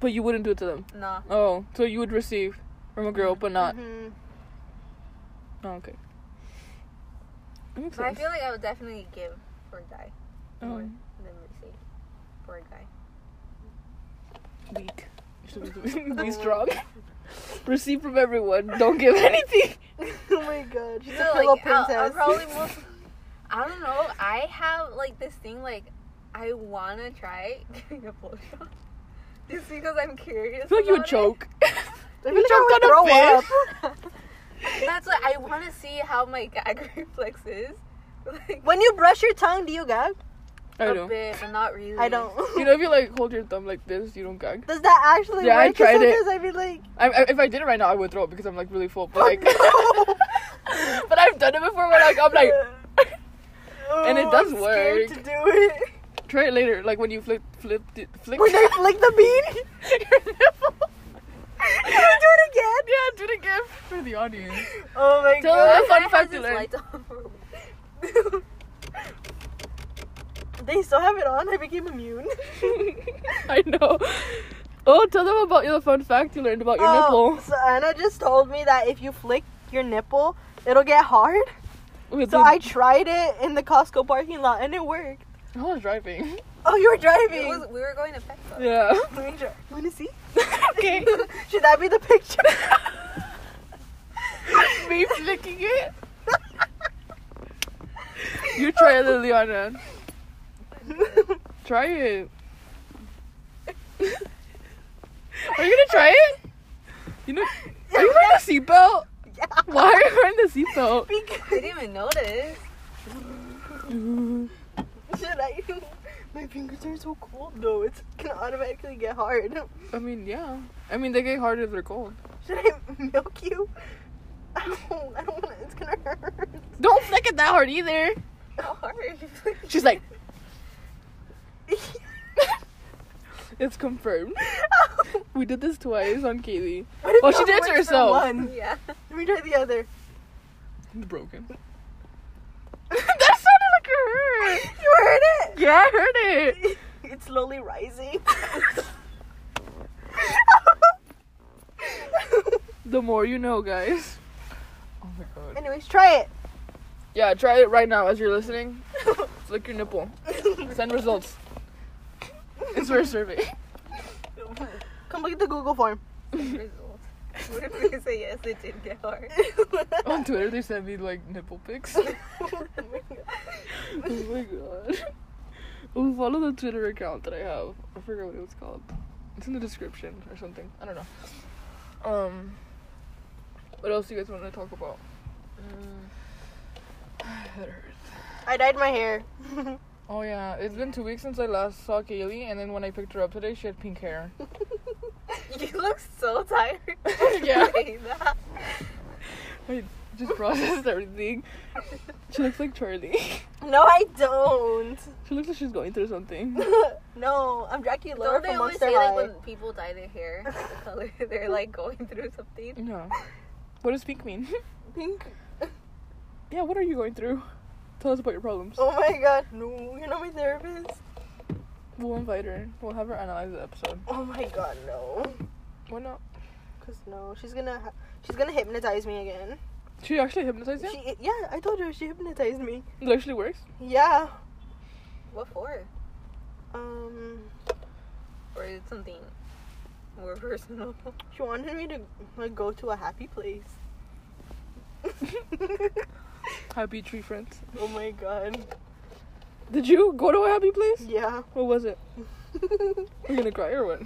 But you wouldn't do it to them.
No.
Oh, so you would receive from a girl, but
Mm-hmm.
not.
Mhm.
Oh, okay. That makes
But I
sense.
feel like I would definitely give for a guy
Oh,
than receive for a guy.
weak. Be strong. Receive from everyone. Don't give anything.
oh my god. She's
No,
a pillow
like, I'll- I'll
princess.
probably most- I don't know. I have like this thing like I wanna try giving a blowjob. Just because I'm curious.
I feel like you would
about it.
choke.
I feel
You
like I
jumped
would
on a
throw
fish.
That's what I wanna see how my gag reflex is. Like
When you brush your tongue, do you gag?
I
a
don't.
bit, but not really.
I don't.
You know, if you like hold your thumb like this, you don't gag.
Does that actually
Yeah, I
work? 'Cause
tried it.
sometimes I'd be like,
I, I, if I did it right now, I would throw it because I'm like really full. But like,
no.
but I've done it before. Where like I'm like, And it
Oh,
does
I'm scared
work.
to do it.
try it later. Like when you flip, flip, it, flick.
When I flick the bean,
your nipple.
can I do it again?
Yeah, do it again for the audience.
Oh my
Tell
god.
them fun fact you learned.
learned.
They still have it on. I became immune.
I know. Oh, tell them about your fun fact you learned about your
Oh,
nipple.
So Anna just told me that if you flick your nipple, it'll get hard.
Wait,
So
did-
I tried it in the Costco parking lot and it worked.
I was driving.
Oh, you were
It
driving.
was, we were going to Petco.
Yeah.
Let me try. Wanna see?
Okay.
Should that be the picture?
Me flicking it. You try it, Liliana. Try it. Are you gonna try it? You know, are you wearing a seatbelt?
Yeah.
Why are you wearing the seatbelt?
I didn't even notice.
Should I? My fingers are so cold though. It's gonna automatically get hard.
I mean, yeah. I mean, they get harder if they're cold.
Should I milk you? I don't. I don't want to. It's gonna hurt.
Don't flick it that hard either.
How hard?
She's like, it's confirmed. We did this twice on Kaylee.
What if
Well,
it
she did it
only works
to
for
herself.
one?
yeah.
Let me try the other.
Broken. that sounded like it hurt.
You heard it.
Yeah, I heard it.
It's slowly rising.
The more you know, guys. Oh my god.
Anyways, try
Yeah, try it right now as you're listening.
it.
Flick your nipple. Send results. It's for a survey.
Complete the Google form.
Results. What if we say yes, it did get hard?
On Twitter, they send me like nipple pics. oh my god. Oh, follow the Twitter account that I have. I forgot what it was called. It's in the description or something. I don't know. Um, what else do you guys want to talk about?
Mm.
That hurts.
I dyed my hair.
Oh yeah, it's been two weeks since I last saw Kaylee, and then when I picked her up today, she had pink hair.
you look so tired.
Yeah.
saying that.
Just processed everything. She looks like Charlie.
no, I don't.
She looks like she's going through something.
no, I'm Jackie Laura
Don't they
from
always
Monster
say
High.
like when people dye their hair, the color they're like going through something?
Mm-hmm.
No. What does pink mean?
Pink.
Yeah, what are you going through? Tell us about your problems.
Oh my god, no, you're not my therapist.
We'll invite her. We'll have her analyze the episode.
Oh my god, no.
Why not?
Cause no, she's gonna ha- she's gonna hypnotize me again.
She actually hypnotized you?
She yeah, I told her she hypnotized me.
It actually works?
Yeah.
What for?
Um,
Or is it something more personal?
she wanted me to like go to a happy place.
Happy tree friends.
oh my god.
Did you go to a happy place?
Yeah.
What was it? We're gonna cry or what?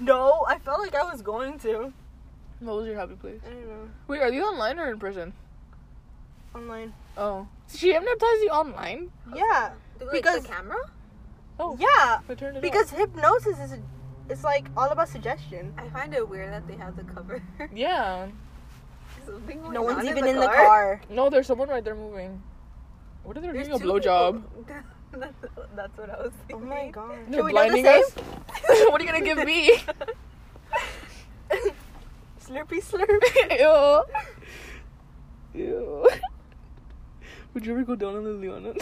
no, I felt like I was going to.
What was your happy place?
I don't know.
Wait, are you online or in person?
Online.
Oh. She hypnotized you online?
Yeah.
Do we,
Because-
like, the camera?
Oh.
Yeah.
I turned it off.
Because hypnosis is it's like all about suggestion.
I find it weird that they have the cover.
Yeah.
Something going
No one's
on
even in the car.
No, there's someone right there moving. What if they're
There's
doing a
two
blowjob?
people. That's- That's what I was
Oh
thinking.
my god.
They're
Should we do the
blinding
same?
us? what are you gonna give me?
Slurpy slurp.
Ew. Ew. Would you ever go down on Liliana?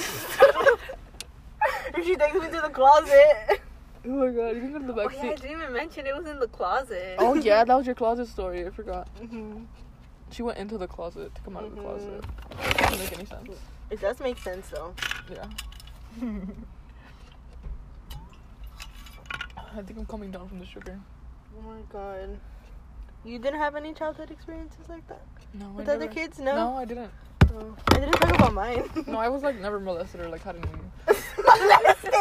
If she takes me to the closet.
oh my god, you can go to the
Oh
back
yeah, I
seat.
didn't even mention it was in the closet.
Oh yeah, that was your closet story. I forgot.
Mhm.
She went into the closet to come out of the
Mhm.
closet. Doesn't make any sense.
It does make sense though.
Yeah. I think I'm coming down from the sugar.
Oh my god. You didn't have any childhood experiences like that?
No, I
With other
never-
kids?
No.
No?
I didn't.
Oh. I didn't talk about mine.
No, I was like never molested or like had any
molested.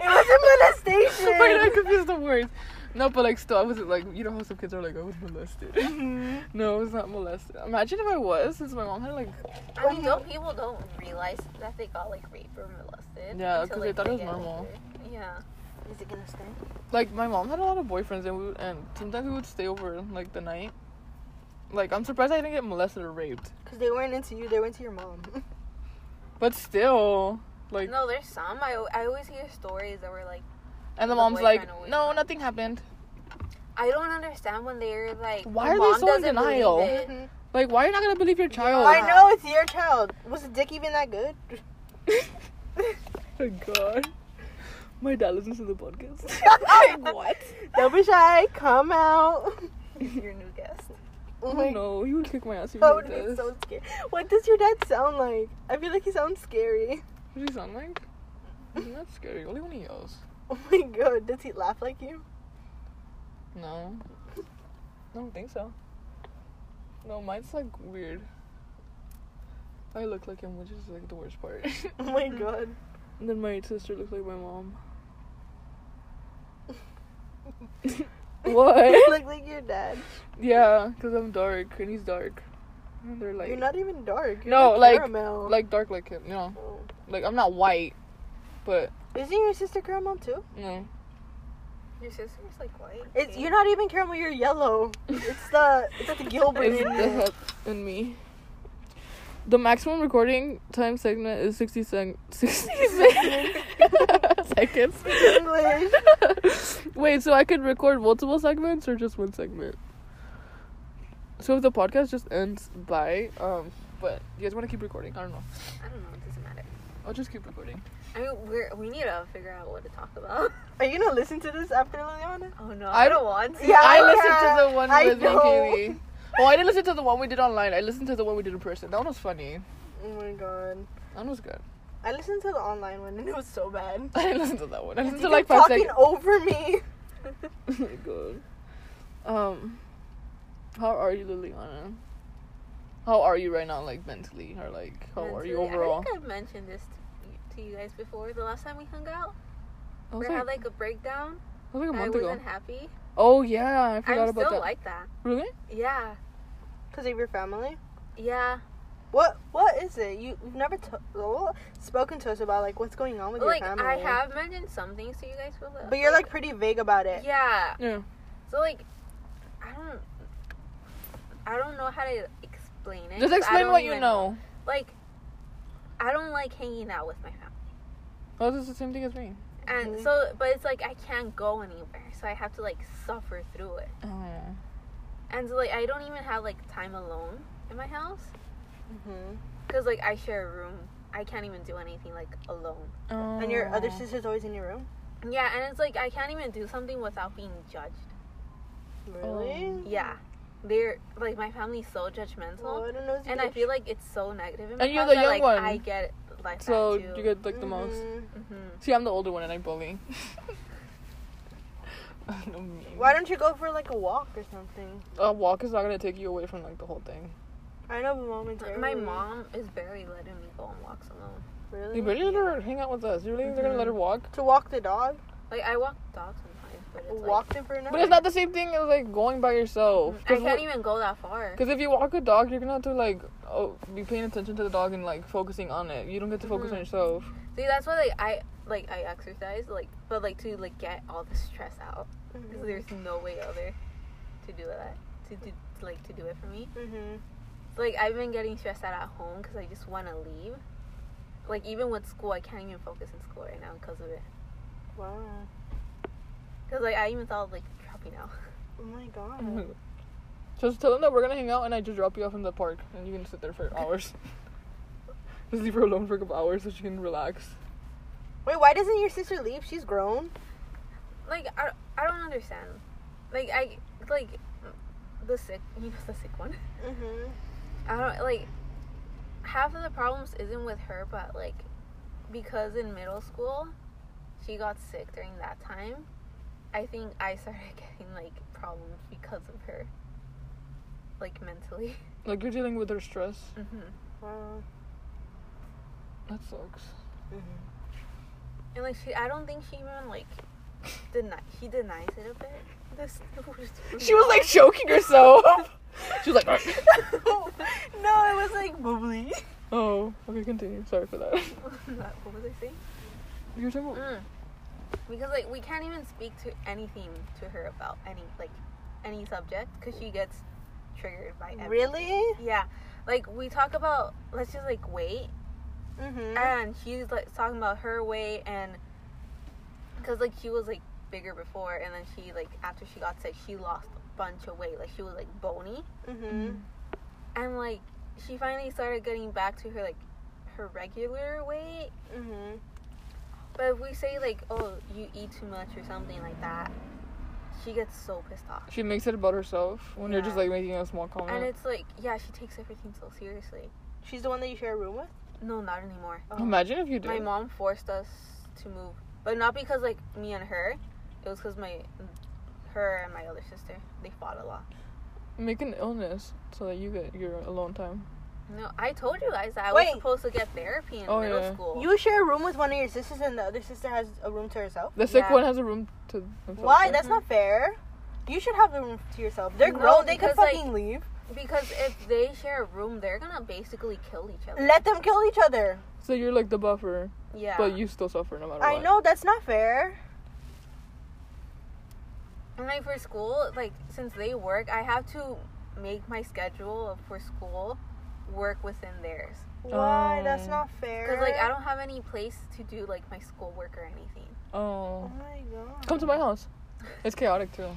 It wasn't molestation.
Wait, I confused the words. No, but like still, I wasn't like you know how some kids are like I was molested.
Mhm.
no, I was not molested. Imagine if I was, since my mom had like
I mean, don't people don't realize that they got like raped or molested?
Yeah,
until,
'cause they thought it was
get
normal.
older. Yeah.
Is it gonna stand?
like my mom had a lot of boyfriends and we would, and sometimes we would stay over like the night. Like I'm surprised I didn't get molested or raped,
Because they weren't into you, they were into your mom.
but still, like
No, there's some. I, I always hear stories that were like,
and the
the
mom's like,
boyfriend always
no,
had-
nothing happened.
I don't understand when they're like,
Why
the
are they
mom
so in
doesn't believe
denial?
it.
Like why are you not gonna believe your child?
Oh, I know it's your child. Was the dick even that good?
Oh my god. My dad listens to the podcast. what?
Don't be shy. Come out.
He's your new guest.
Oh my
No, he would kick my ass if he
That would
heard
be
this.
so scary. What does your dad sound like? I feel like he sounds scary.
What does he sound like? Isn't that scary? Only when he yells.
Oh my god, does he laugh like you?
No. I don't think so. No, mine's like weird. I look like him, which is like the worst part.
Oh my god.
and then my sister looks like my mom.
you
what?
look like your dad.
Yeah, because I'm dark and he's dark. And they're like
You're not even dark. You're
No, like-
caramel.
like dark like him. You know,
Oh.
like I'm not white, but
Isn't your sister caramel too?
you know,
Your sister's like white.
It's you're not even caramel. You're yellow. It's the it's the Gilbert
it's
in
the
you.
hip in me. The maximum recording time segment is 60 sec- 60 sec- seconds.
English.
Wait, so I could record multiple segments or just one segment? So if the podcast just ends by um, but you guys want to keep recording? I don't know.
I don't know. It doesn't matter.
I'll just keep recording.
I mean, we're we need to figure out what to talk about.
Are you gonna listen to this after Liliana?
Oh no,
I-
I don't want to.
Yeah,
I
I
listened to
have-
the one
I
with me and
know.
Kaylee. Oh, I didn't listen to the one we did online. I listened to the one we did in person. That one was funny.
Oh my god.
That one was good.
I listened to the online one and it was so bad.
I didn't listen to that one. I listened
You
to like
kept
five
talking
seconds.
over me.
Oh my god. Um, how are you, Liliana? How are you right now, like mentally, or like how are you
Mentally, I
overall?
think I've mentioned this to you, to you guys before. The last time we hung out,
That
we
was,
had
like,
like a breakdown.
that was like a
I
month ago.
wasn't happy.
Oh yeah, I forgot
I'm
about
still
that.
like that.
really?
Yeah,
Because of your family.
yeah.
What What is it? You, you've never to- oh, spoken to us about like what's going on with
Like
your family.
I have mentioned some things to you guys, but
But you're like pretty vague about it.
yeah.
Yeah.
So like, I don't, I don't know how to explain it. 'cause
Just
I
explain
don't
what you
even-
know.
Like, I don't like hanging out with my family,
Oh, this is the same thing as me.
and
Mhm.
so but it's like I can't go anywhere, so I have to like suffer through it,
Oh.
and so like I don't even have like time alone in my house
hmm
because like I share a room. I can't even do anything like alone.
And your other
Oh.
sister's always in your room.
Yeah, and it's like I can't even do something without being judged.
Really?
Um, Yeah, they're like my family's so judgmental.
Oh, I don't know.
And I feel like it's so negative. In my
And you're
house
the
that,
young
like,
one.
I get like
So
that too.
you get
Mm-hmm.
like the most.
Mhm.
See, I'm the older one and I bully. No mean.
Why don't you go for like a walk or something?
a walk is not gonna take you away from like the whole thing.
I know, but momentarily.
My mom is barely letting me go on walks alone.
Really?
You barely let her hang out with us. You really think they're gonna let her walk?
To walk the dog?
Like I walk dogs sometimes, but it's
walk them for an hour?
But it's not the same thing as like going by yourself.
Like, Mm, I can't even go that far.
Because if you walk a dog, you're gonna have to like oh, be paying attention to the dog and like focusing on it. You don't get to focus on
Mhm.
yourself.
See, that's why like I like I exercise like, but like to like get all the stress out. 'Cause
Mhm.
there's no way other to do that. To do like to do it for me.
Mhm.
So, like I've been getting stressed out at home because I just want to leave. Like even with school, I can't even focus in school right now because of it.
Wow.
Because like I even thought of, like dropping out.
Oh my god.
Mm-hmm. Just tell them that we're gonna hang out and I just drop you off in the park and you can sit there for hours. just leave her alone for a couple hours so she can relax.
Wait, why doesn't your sister leave? She's grown.
Like I, I don't understand. Like I like the sick you know the sick one. Mm-hmm.
Mhm.
I don't like half of the problems isn't with her but like because in middle school she got sick during that time. I think I started getting like problems because of her. Like mentally.
Like you're dealing with her stress.
Mm-hmm.
Wow.
That sucks.
Mhm.
And like she I don't think she even like deny she denies it a bit. This Mm-hmm.
She was like choking herself. she was like,
no, it was like bubbly.
oh, okay, continue. Sorry for that.
what was I saying?
You were talking about
Mm. Because like we can't even speak to anything to her about any like any subject because she gets triggered by everything.
Really?
Yeah, like we talk about let's just like weight,
Mhm.
and she's like talking about her weight and because like she was like bigger before, and then she like after she got sick she lost a bunch of weight, like she was like bony,
Mhm.
and like she finally started getting back to her like her regular weight
Mhm.
But if we say like, oh, you eat too much or something like that, she gets so pissed off.
She makes it about herself when you're just
Yeah.
like making a small comment.
And it's like, yeah, she takes everything so seriously.
She's the one that you share a room with.
No, not anymore.
Imagine if you did.
My mom forced us to move, but not because like me and her. It was because my, her and my other sister, they fought a lot.
Make an illness so that you get your alone time.
No, I told you guys that I
Wait.
was supposed to get therapy in
Oh,
middle
yeah.
school.
You share a room with one of your sisters, and the other sister has a room to herself.
The sick
Yeah.
one has a room to themselves.
Why?
right?
That's not fair. You should have the room to yourself. They're
Mm-hmm. No,
grown. They could
because, like-
fucking leave.
because if they share a room, they're gonna basically kill each other.
Let them kill each other.
so you're like the buffer,
yeah.
but you still suffer no matter
I
what.
know that's not fair.
And like for school, like since they work, I have to make my schedule of- for school work within theirs.
Why? That's
Oh.
not fair.
Cause like I don't have any place to do like my schoolwork or anything.
Oh
Oh,
my god.
come to my house. It's chaotic too.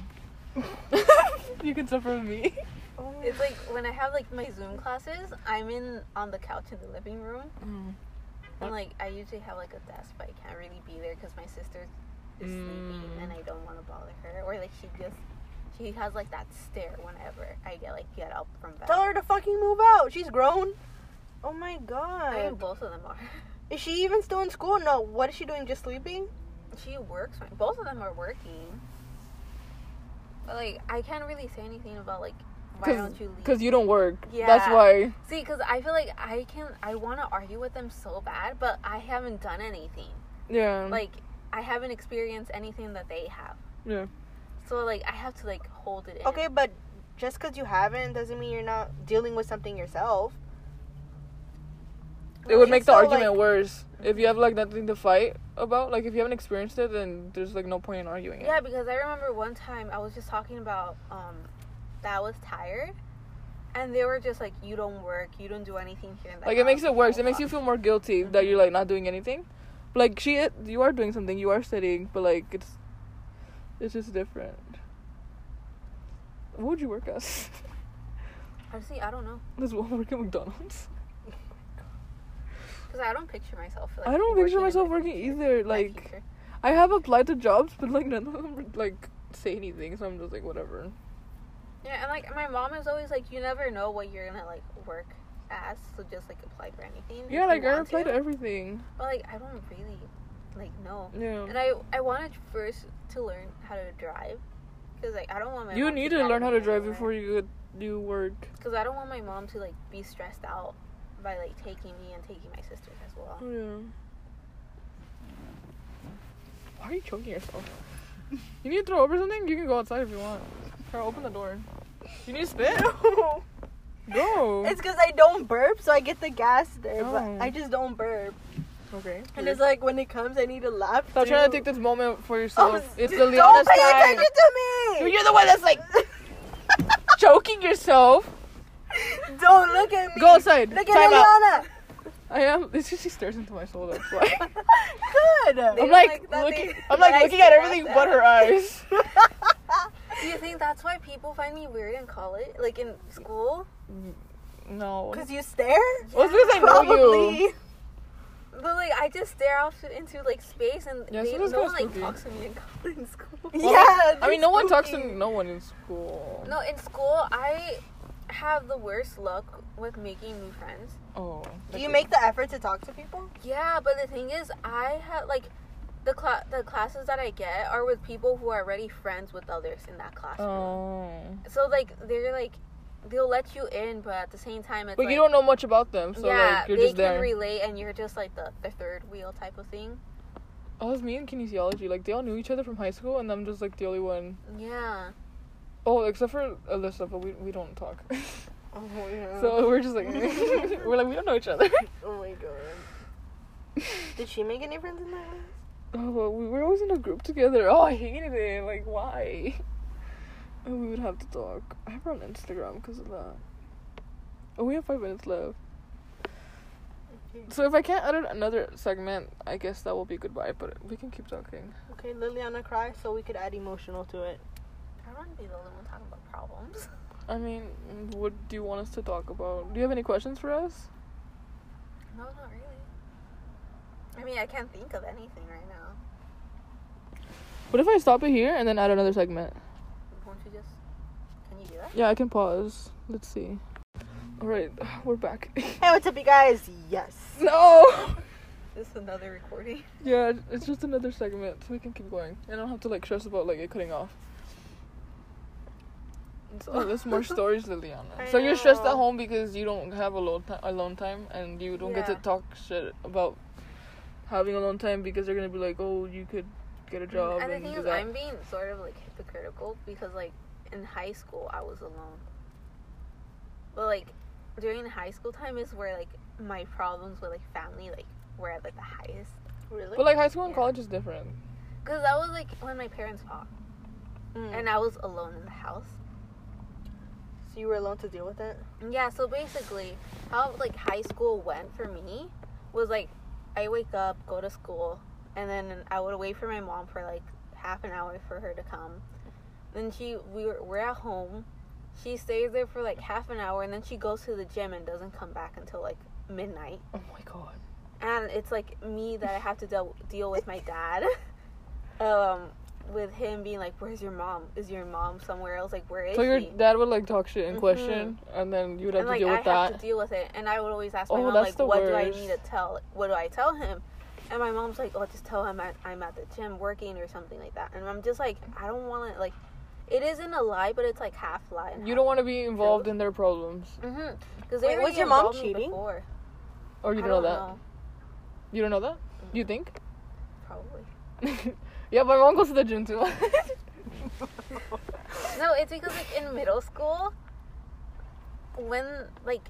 you can suffer with me.
Oh my-
It's like when I have like my Zoom classes, I'm in on the couch in the living room, and like I usually have like a desk, but I can't really be there because my sister is sleeping,
Mm.
and I don't want to bother her. Or like she just she has like that stare whenever I get like get up from bed.
Tell her to fucking move out. She's grown. Oh my god.
I mean, both of them are.
Is she even still in school? No. What is she doing? Just sleeping?
She works. fine. Both of them are working. But like, I can't really say anything about like why
Cause,
don't you leave?
'cause you don't work. That's
Yeah.
why.
See, because I feel like I can. I want to argue with them so bad, but I haven't done anything.
Yeah.
Like, I haven't experienced anything that they have.
Yeah.
So like, I have to like hold it in.
Okay, but just because you haven't doesn't mean you're not dealing with something yourself.
it would
It's
make the
so,
argument
like-
worse if you have like nothing to fight about. Like if you haven't experienced it, then there's like no point in arguing it.
Yeah, because I remember one time I was just talking about um that I was tired, and they were just like, "You don't work. You don't do anything here." In the
Like it makes
house,
it worse.
blah,
It makes
blah,
you feel more guilty that you're like not doing anything. But, Like she, you are doing something. You are studying, but like it's, it's just different. What would you work as?
blah." Honestly, I don't know.
Does one work at McDonald's?
Because I don't picture myself. Like,
I don't
working
picture
as a
myself working
teacher,
either.
a
Like
teacher.
I have applied to jobs, but like none of them like say anything. So I'm just like whatever.
yeah, and like my mom is always like, you never know what you're gonna like work as, so just like apply for anything. if
Yeah,
you
like I
want
applied to everything.
But like I don't really like know.
Yeah.
And I I wanted first to learn how to drive, because like I don't want my
You
mom
need to learn how to drive before
you.
you go do work.
Because I don't want my mom to like be stressed out by like taking me and taking my sisters as well.
Yeah. Why are you choking yourself? You need to throw up or something? You can go outside if you want. Carl, open the door. You need to spit? Go.
it's because I don't burp, so I get the gas there,
Oh.
but I just don't burp.
okay.
And it's like when it comes, I need a lap.
Stop trying to
too.
take this moment for
Oh,
yourself. it's the
don't
Leona's
pay
time.
attention to me.
You're the one that's like choking yourself.
don't look at me.
Go outside.
Look
time out.
at
I am. It's just she stares into my soul. That's why.
Eliana. Good.
They
I'm
don't
like,
like that
looking.
they-
I'm like
that I
looking at
stare at
everything
them.
but her eyes.
Do you think that's why people find me weird in college, like in school?
No.
Because you stare?
Well, it's because I know you.
Probably.
But like I just stare off to- into like space, and
Yeah,
they,
so that's
no one
kinda
like
spooky.
talks to me in college in school.
Yeah.
I mean, no one talks to
spooky.
no one in school.
No, in school I have the worst luck with making new friends.
Oh.
Do
that's
you
it.
make the effort to talk to people?
Yeah, but the thing is, I had like the cla- the classes that I get are with people who are already friends with others in that classroom.
Oh.
So like they're like they'll let you in, but at the same time, it's
But
like,
you don't know much about them, so
yeah,
like you're
they
just
can
there.
relate, and you're just like the, the third wheel type of thing.
oh, it was me and kinesiology. Like they all knew each other from high school, and I'm just like the only one.
Yeah,
Oh, except for Alyssa, but we we don't talk.
Oh, yeah.
so we're just like we're like we don't know each other.
oh my god. Did she make any friends in that class?
Oh, we were always in a group together. Oh, I hated it. Like why? And we would have to talk. I have her on Instagram because of that. Oh, we have five minutes left. So if I can't edit another segment, I guess that will be goodbye. But we can keep talking.
Okay, Liliana cry so we could add emotional to it.
I don't want to be the only one talking about problems.
I mean, what do you want us to talk about? Do you have any questions for us?
No, not really. I mean, I can't think of anything right now.
What if I stop it here and then add another segment?
Won't you just? Can you do that?
Yeah, I can pause. Let's see. All right, we're back.
Hey, what's up, you guys? Yes.
no.
This is another recording.
Yeah, it's just another segment, so we can keep going. I don't have to like stress about like it cutting off. So there's more stories,
I
Liliana. So you're stressed
know.
at home because you don't have alone ti- alone time, and you don't get to
Yeah.
talk shit about having alone time because they're gonna be like, oh, you could get a job.
Mm, and the
and
thing
do
is,
that."
I'm being sort of like hypocritical because like in high school I was alone, but like during high school time is where like my problems with like family like were at like the highest.
Really?
But like high school and
Yeah.
college is different.
Cause that was like when my parents fought,
Mm.
and I was alone in the house.
so you were alone to deal with it?
Yeah, so basically, how like high school went for me was like I wake up, go to school, and then I would wait for my mom for like half an hour for her to come. Then she we were we're at home. She stays there for like half an hour and then she goes to the gym and doesn't come back until like midnight.
Oh my god.
And it's like me that I have to deal deal with my dad. um with him being like, "Where's your mom? Is your mom somewhere else? Like, where is
So your
she?"
dad would like talk shit and question, and then you would have
Mm-hmm. and
to deal
like I
with that.
have to deal with it, and I would always ask my
Oh,
mom
that's
like,
the
"What do I
worst.
need to tell? What do I tell him?" And my mom's like, "Oh, just tell him I, I'm at the gym working or something like that." And I'm just like, I don't want to like. It isn't a lie, but it's like half lie.
you don't want to be involved in their problems,
Because mm-hmm.
Wait,
they
was
already
your mom
involved me
cheating?
Before.
or you
I
don't know
don't
that.
know,
You don't know that? You think?
probably.
yeah, my mom goes to the gym too.
No, it's because like in middle school, when like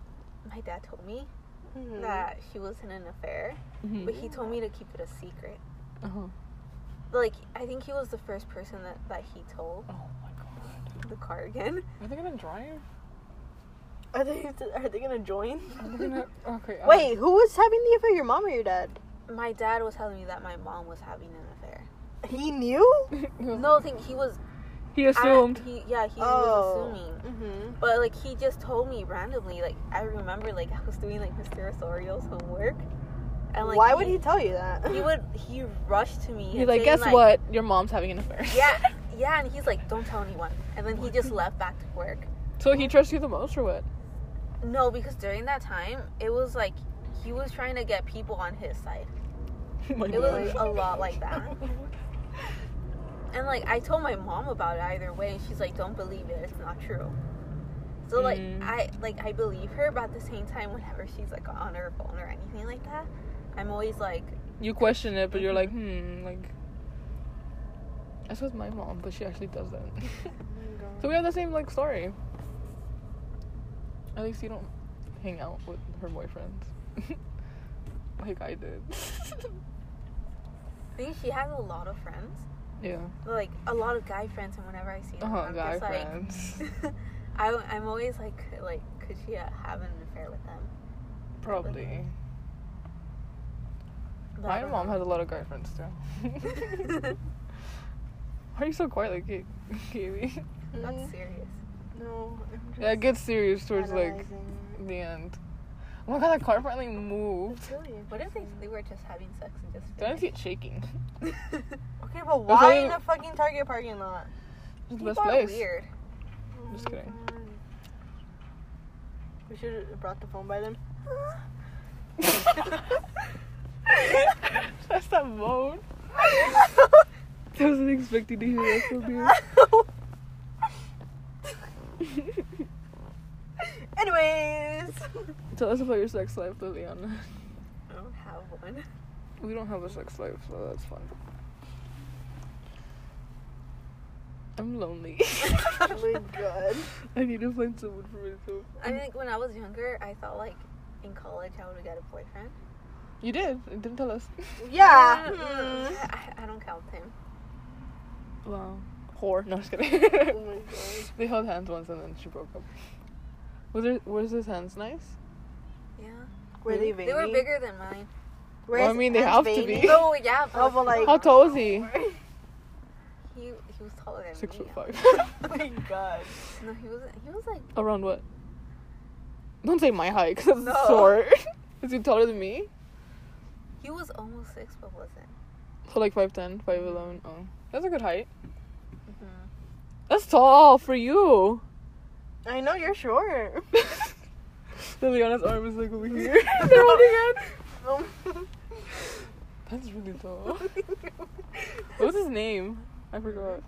my dad told me
Hmm.
Mhm.
that she was in an affair,
Mm-hmm.
but he told me to keep it a secret.
Uh-huh.
Like I think he was the first person that that he told.
Oh my god.
the cardigan.
Are they gonna drive?
Are they are they gonna join?
Are they gonna... Okay. um,
Wait, who was having the affair? Your mom or your dad?
My dad was telling me that my mom was having an affair.
He knew.
No, I think he was
uh, He
I-
Oh. assumed. Oh.
he, yeah, he was assuming.
Mm-hmm.
But like he just told me randomly. Like I remember, like I was doing like Mr. Osorio's homework, and like
Why would he tell you that?
He would he rushed to me.
He's
and
like,
saying,
guess what? Your mom's having an affair.
Yeah, yeah, and he's like, don't tell anyone. And then he just left back to work.
So he trusts you the most, or what?
No, because during that time it was like he was trying to get people on his side.
my
It was
Really?
a lot like that. And like I told my mom about it either way, and she's like, "Don't believe it. It's not true." So like
Mm.
I like I believe her, but at the same time, whenever she's like on her phone or anything like that, I'm always like,
You question it, but you're like,
Mm-hmm.
hmm, like. That's with my mom, but she actually does
Oh
that. so we have the same like story. At least you don't hang out with her boyfriends, like I did.
I think she has a lot of friends,
yeah.
like a lot of guy friends, and whenever I see
Uh
them,
huh.
I'm
Guy
just like,
friends.
I I'm always like like could she uh, have an affair with them?
Probably.
But I
My
don't
mom
know.
has a lot of guy friends too. Why are you so quiet, like Kay- Kaylee? Mm.
That's serious.
Mm-hmm. No, I'm just
Yeah, it gets serious towards like
analyzing.
the end. Oh my god, that car finally moved.
It's really
What if they,
interesting.
they were just having sex and just?
Don't
finished?
see it shaking.
Okay, but
That's
why
how
in
you-
a fucking Target parking lot?
It's the
People
best
are
place.
weird.
Just kidding.
We should have brought the phone by them.
That's that moan. I wasn't expecting to hear that from you.
Anyways,
Tell us about your sex life, Liliana.
I don't have one.
We don't have a sex life, so that's fun. I'm lonely.
really good.
I need to find someone for myself.
I mean, like when I was younger, I thought like in college I would get a boyfriend.
You did. You didn't tell us.
Yeah.
Mm, I, I don't count him.
Wow. Whore. No, I'm just kidding.
Oh my god.
They held hands once and then she broke up. Was there, was his hands nice?
Yeah,
We're
Really?
leaving.
they were bigger than mine.
Where's
Well, I mean, they
Aunt
have to
Veiny?
be.
Oh yeah,
Oh, but like,
How tall is he?
he he was taller than
Six
me.
foot five.
Oh my god.
No, he was he was like
Around what? Don't say my height because it's
No.
short. Is he taller than me?
He was almost six, but wasn't.
So like 5'10", 5'11". Oh, that's a good height.
Mm-hmm.
That's tall for you.
I know you're short.
Liliana's arm is like over here. They're holding hands.
Um,
That's really tall. What's his name? I forgot.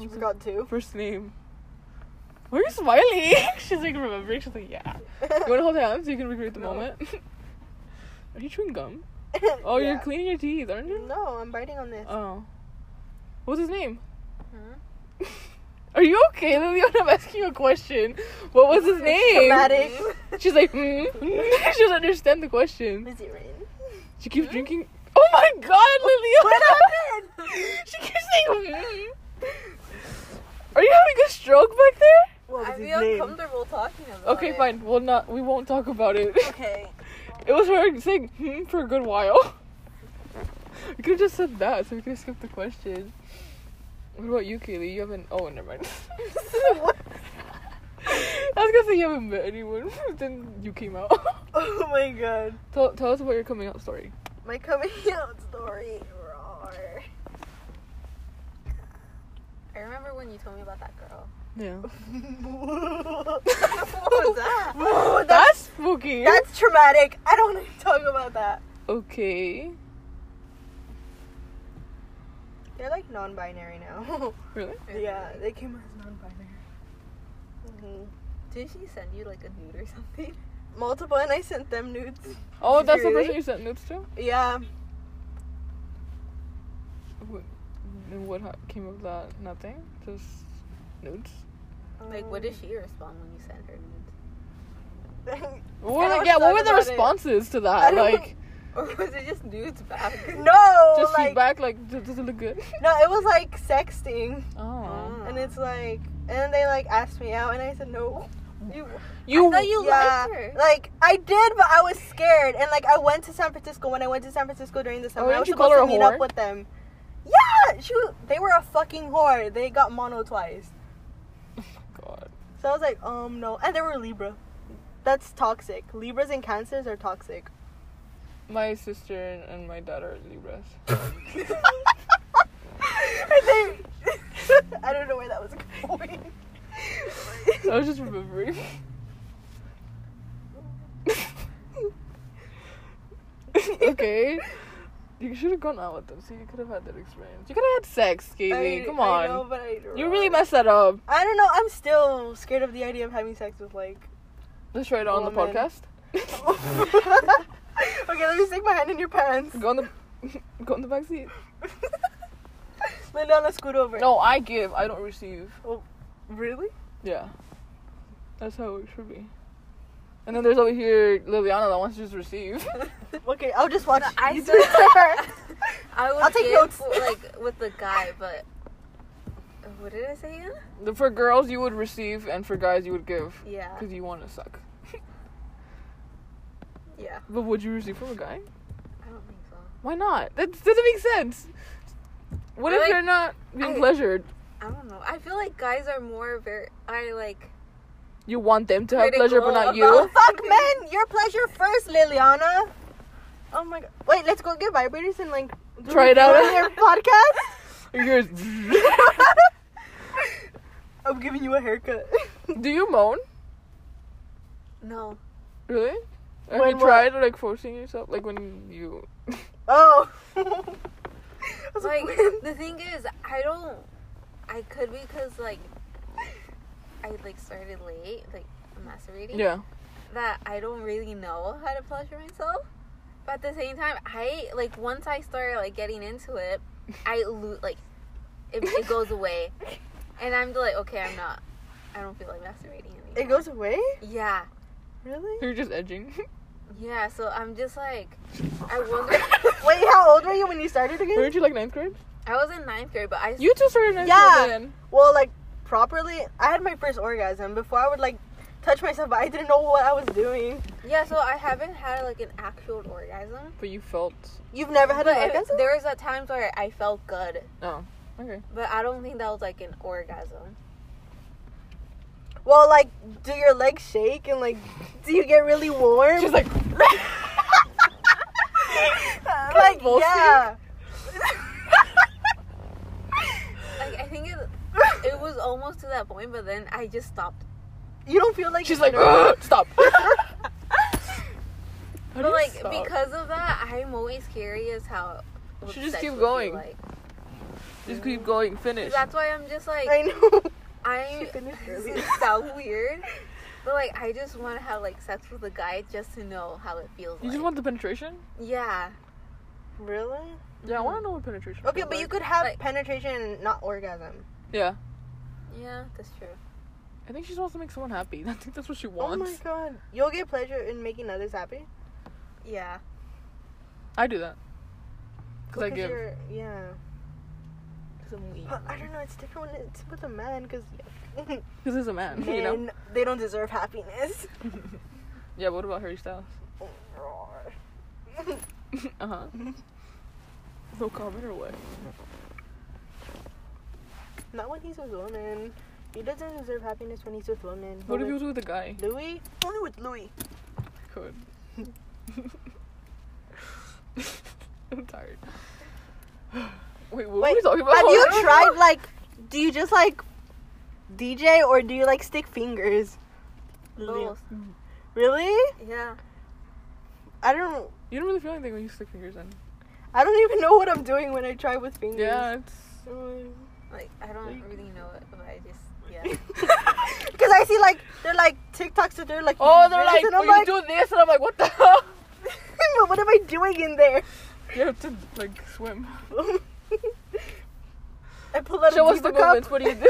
She forgot too.
First name. Why are you smiling? She's like remembering. She's like, yeah. You want to hold hands so you can recreate the
No.
moment? Are you chewing gum? Oh, you're cleaning your teeth, aren't you?
No, I'm biting on this.
Oh. What's his name?
Hmm?
Are you okay, Liliana? I'm asking you a question. What was his name?
Dramatic.
She's like, mm. she doesn't understand the question.
Is it rain?
She keeps drinking. Oh my god, Liliana!
What happened?
She keeps saying, mm. Are you having a stroke back there?
What was his
I'd be
name?
uncomfortable talking about it.
Okay, fine. We'll not. We won't talk about it.
Okay.
It was her saying hmm for a good while. we could have just said that, so we could have skipped the question. What about you, Kaylee? You haven't. Oh, never mind.
What?
I was gonna say you haven't met anyone, but then you came out.
Oh my god.
tell, tell us about your coming out story.
My coming out story. Roar.
I remember when you told me about that girl.
Yeah.
what
What was that?
Ooh,
That's
that's
spooky.
that's traumatic. I don't want to talk about that.
okay.
They're like non-binary now.
Really?
yeah, they came out as non-binary. hmm
Did she send you like a nude or something?
Multiple, and I sent them nudes. Did
Oh,
you
that's the
really?
person you sent notes to.
Yeah,
What, and what ha- came of that? Nothing. Just notes.
Like, what
Um.
did she respond when you sent her nudes?
What were
I
the,
was
yeah, what were
talking
the
about it.
responses to
I
that?
don't-
Like,
Or was it just nudes back?
no,
just
like
feedback. Like, does, does it look good?
no, it was like sexting,
Oh.
and it's like, and then they like asked me out, and I said no. You,
You.
I thought you
yeah,
liked her.
like I did, but I was scared, and like I went to San Francisco. When I went to San Francisco during the summer, I
didn't
was
Oh, you call
supposed
her
to
a
meet
whore?
up with them. Yeah, she, was- they were a fucking whore. They got mono twice.
God.
So I was like, um, no. And they were Libra. That's toxic. Libras and Cancers are toxic.
My sister and, and my dad are Libras.
And they, I don't know where that was going.
I was just remembering. okay. You should have gone out with them, so you could have had that experience. You could have had sex, Kaylee.
I-
Come
I know,
on.
but I don't
You
know.
really messed that up.
I don't know. I'm still scared of the idea of having sex with like.
Let's try it on the
Woman.
podcast.
okay, let me stick my hand in your pants.
Go on the go on the back seat.
Linda, let's scoot over.
No, I give. I don't receive.
Really?
Yeah. That's how it should be. And then there's over here Liliana that wants to just receive.
Okay, I'll just watch.
No, I
you do
said-
it to her.
I would
I'll take
give,
notes.
like with the guy, but what did I say again?
The- for girls you would receive and for guys you would give.
Yeah,
Because you want to suck.
yeah.
But would you receive from a guy?
I don't think so.
Why not? That doesn't make sense. What if
Like,
you're not being
I-
pleasured?
I don't know. I feel like guys are more very. I like.
You want them to have pleasure, but
critical
not
Oh
you.
about-
fuck, men! Your pleasure first, Liliana. Oh my god! Wait, let's go get vibrators and like do
Try it
this
out.
on your podcast.
Yours.
I'm giving you a haircut.
Do you moan?
No.
Really? Have
When
you
what?
tried like forcing yourself? Like when you
oh. I was
Like
like,
the thing is, I don't. I could because like I like started late, like masturbating.
yeah.
That I don't really know how to pleasure myself. But at the same time, I like once I start like getting into it, I lose like it, it goes away, and I'm like, okay, I'm not. I don't feel like masturbating anymore.
it goes away.
Yeah,
Really?
You're just edging.
yeah. So I'm just like, I wonder.
Wait, how old were you when you started again?
Weren't you like ninth grade?
I was in ninth grade, but I
You two started ninth
Yeah.
grade then.
Well, like properly, I had my first orgasm before I would like touch myself, but I didn't know what I was doing.
yeah. So I haven't had like an actual orgasm.
But you felt
You've never had an
But
orgasm?
There was at times where I felt good,
oh. Okay.
but I don't think that was like an orgasm.
Well, like, do your legs shake and like, do you get really warm?
She's like
like, yeah.
Like, I think it, it was almost to that point, but then I just stopped.
you don't feel like
She's
you're
like, "Ugh, stop. How do
but
you
like
stop?
because of that, I'm always curious how. it
Should just
would sex
keep
would be
going.
like.
just keep going, finish.
That's why I'm just like
I know.
I.
She finished
This
early.
is so weird. But like I just want to have like sex with a guy just to know how it feels.
You just
like.
want the penetration?
yeah.
Really?
Yeah, I want to know what penetration.
Okay,
feels
but you
like.
could have
Like-
penetration and not orgasm.
Yeah,
Yeah, that's true.
I think she just wants to make someone happy. I think that's what she
Oh
wants.
my god. You'll get pleasure in making others happy.
Yeah.
I do that. Cause I
Because
give.
you're- Yeah.
Cause I'm weak.
But I don't know. It's different when it's with a man because
Cause he's a man. You know.
they don't deserve happiness. Oh,
Yeah. But what about Harry Styles? uh huh. No comment or what?
Not when he's with women. He doesn't deserve happiness when he's with women. But
What if he
with
was with a guy?
Louis? Only with Louis.
Could. I'm tired. Wait, what were we
Wait,
talking about?
Have you tried like? Do you just like DJ or do you like stick fingers?
Both.
Really?
Yeah.
I don't.
You don't really feel anything when you stick fingers in.
I don't even know what I'm doing when I try with fingers.
Yeah, it's.
Like I don't
Like-
really know it, but I just yeah.
Because I see like they're like TikToks that they're like.
Oh, they're
this,
like,
and
oh,
I'm
you
like,
do this, and I'm like, what the hell?
but what am I doing in there?
You have to like swim.
I pull out
Show
a
us the
Diva cup.
movements, what do you do?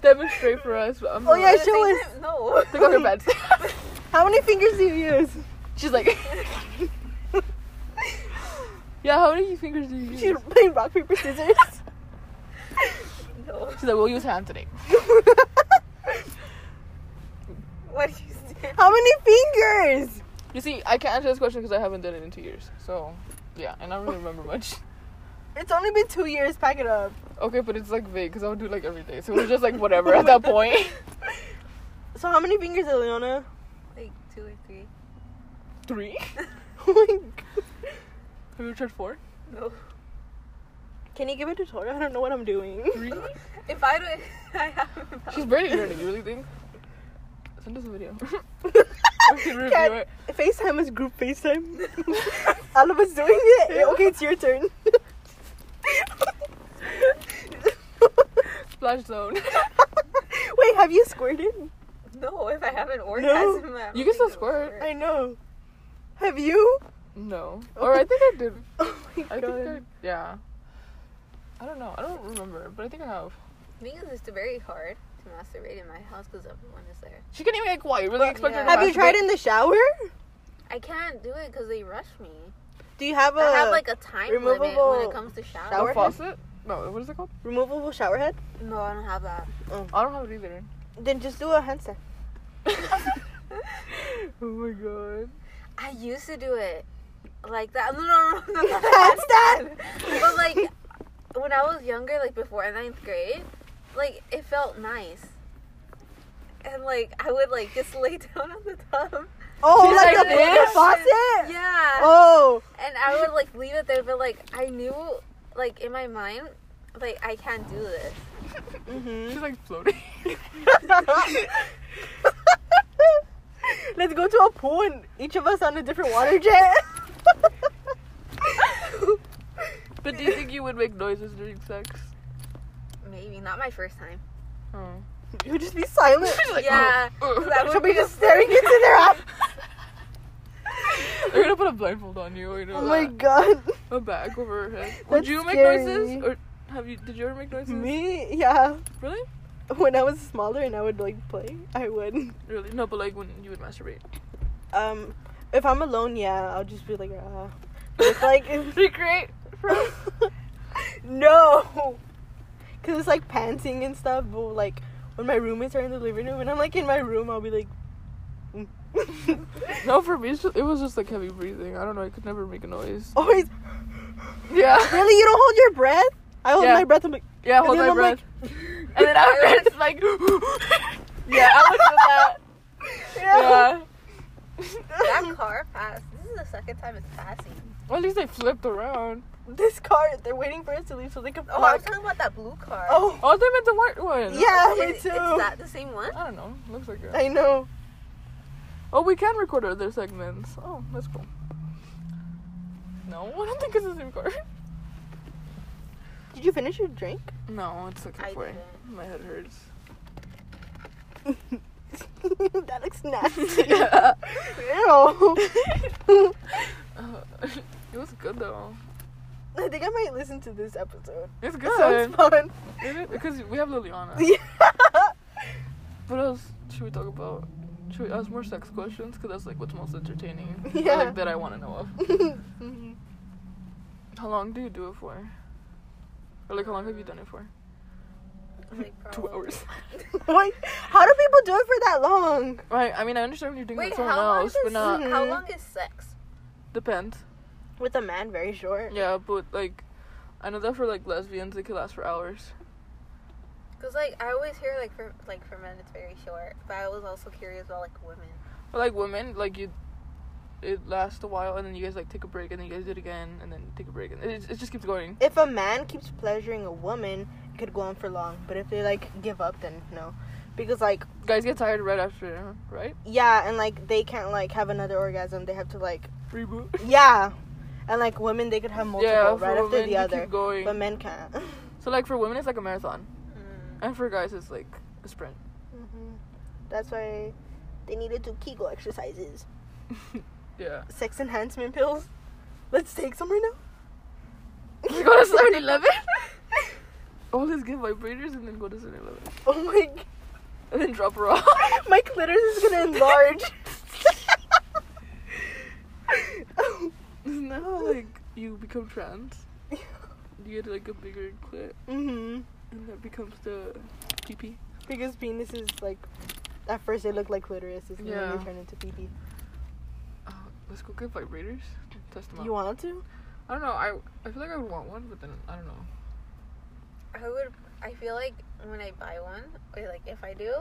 Demonstrate for us. but I'm
Oh,
not-
yeah,
At the
show
same
us.
time, No.
Take off your pants.
How many fingers do you use?
She's like, yeah. How many fingers do you use?
She's playing rock paper scissors.
no.
She's like, we'll use hand today.
What did you say?
How many fingers?
You see, I can't answer this question because I haven't done it in two years. So, yeah, and I don't really remember much.
It's only been two years. Pack it up.
Okay, but it's like vague because I would do it, like every day. So we're just like whatever at that point.
So how many fingers, Eliana?
Like two or three.
Three?
Oh my God.
Have you tried four?
No.
Can you give a tutorial? I don't know what I'm doing.
Three?
If I don't, I haven't.
She's barely learning. You really think? Send us a video. we can review
Can-
it.
FaceTime is group FaceTime. All of us doing it. Eh, Okay, it's your turn.
Splash zone.
Wait, have you squirted?
No, if I haven't orgasm, I don't
You can
think
still
it'll
squirt.
work.
I know. Have you?
No. Or I think I did.
Oh my
I
god.
think I. Yeah. I don't know. I don't remember, but I think I have.
Because it's very hard to masturbate in my house because everyone is there.
She couldn't even get quiet. You really expect her
Yeah.
to
Have you
masturbate?
tried in the shower?
I can't do it because they rush me.
Do you have a
I have like a time limit when
removable
it comes to shower.
The
shower head?
faucet? No, what is it called?
removable shower head?
No, I don't have that.
I don't have it either.
Then just do a handstand.
Oh my god.
I used to do it like that. No, no, no, no, no.
Handstand!
but like when I was younger, like before ninth grade, like it felt nice. And like I would like just lay down on the tub.
Oh,
She's
like,
like
the, the
this?
faucet?
Yeah.
Oh.
And I would like leave it there, but like I knew, like in my mind, like I can't do this.
Mm-hmm.
She's like floating.
Let's go to a pool and each of us on a different water jet.
but do you think you would make noises during sex?
Maybe not my first time.
Oh.
You'll just be silent.
She's like,
Yeah,
oh, oh.
'cause I would
She'll be
be
just staring into their eyes.
They're gonna put a blindfold on you. You know
Oh my
that.
god.
A bag over her head. Would
That's
you make
scary.
noises? Or have you? Did you ever make noises?
Me? Yeah.
Really?
When I was smaller and I would like play, I would.
Really? No, but like when you would masturbate.
Um, if I'm alone, yeah, I'll just be like, ah. But It's like, if-
Recreate.
no. Cause it's like panting and stuff. But like when my roommates are in the living room and I'm like in my room, I'll be like. mm.
No, for me, it's just, it was just like heavy breathing. I don't know. I could never make a noise.
Always.
Yeah.
Oh, Really, you don't hold your breath? I hold
Yeah.
my breath. I'm like.
Yeah, hold
then
my
I'm like-
breath. and then after it's like. yeah, I would do that.
Yeah.
Yeah.
That car passed. This is the second time it's passing.
Well, at least they flipped around.
This car, they're waiting for us to leave so they can
Oh, I was
park.
talking about that blue car.
Oh,
Oh, they meant the white one.
yeah, me
Is-
too.
Is that the same one?
I don't know. Looks like it.
I know.
Oh, we can record other segments. Oh, that's cool. No, I don't think it's the same car.
Did you finish your drink?
No, it's
I
okay. Wait,
didn't.
My head hurts.
that looks nasty. Ew.
Uh, it was good though.
I think I might listen to this episode.
It's
It sounds
good.
fun.
Is it? Because we have Liliana.
Yeah.
What else should we talk about? Should we ask more sex questions? Because that's like what's most entertaining. or,
Yeah.
like that I want to know of.
Mhm.
How long do you do it for? Or like how long have you done it for?
Like,
Two
probably-
hours.
Why? How do people do it for that long?
Right. I mean, I understand when you're doing it
Wait,
with
how
someone
long,
else,
is,
but not Mm-hmm.
Mhm.
how long is sex?
depends.
With a man, very short.
Yeah, but like, I know that for like lesbians, it could last for hours.
Because like I always hear like for like for men it's very short, but I was also curious about like women.
But like women, like you, it lasts a while, and then you guys like take a break, and then you guys do it again, and then take a break, and it, it just keeps going.
If a man keeps pleasuring a woman, it could go on for long. But if they like give up, then no, because like
Guys get tired right after, right?
yeah, and like they can't like have another orgasm. They have to like
Reboot.
yeah, and like women they could have multiple
yeah, for
right
women,
after the
you
other,
keep going.
but men can't.
So like for women, it's like a marathon,
Mm.
and for guys, it's like a sprint.
Mhm. That's why they needed to Kegel exercises,
yeah.
sex enhancement pills. Let's take some right now.
We go to 7-Eleven. All these get vibrators and then go to 7-Eleven
Oh my god.
and then drop her off.
My clitoris is gonna enlarge.
Isn't that how like you become trans? You get like a bigger clit,
mm-hmm.
and that becomes the PP.
Because penises like at first they look like clitorises and then
Yeah.
they turn into pee
Uh, let's go get vibrators. Test them out.
You want to?
I don't know. I I feel like I would want one, but then I don't know.
I would. I feel like when I buy one, or like if I do,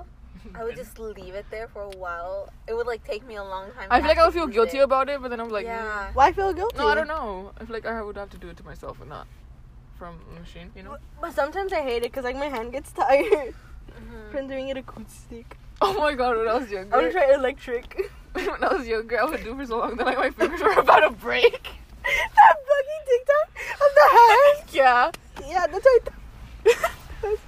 I would just leave it there for a while. It would like take me a long time.
I
to
feel like I would
actually
feel
use
guilty
it.
about it, but then I'm like,
yeah.
Why feel guilty?
mm, no, I don't know. I feel like I would have to do it to myself and not from a machine. You know?
But- But sometimes I hate it because like my hand gets tired
Mhm.
from doing it acoustic.
Oh my god! When Mm-hmm. I was younger,
I want to try electric.
when I was younger, I would do for so long that like my fingers were about to break.
that fucking TikTok of the hand.
Yeah.
Yeah, that's what I thought.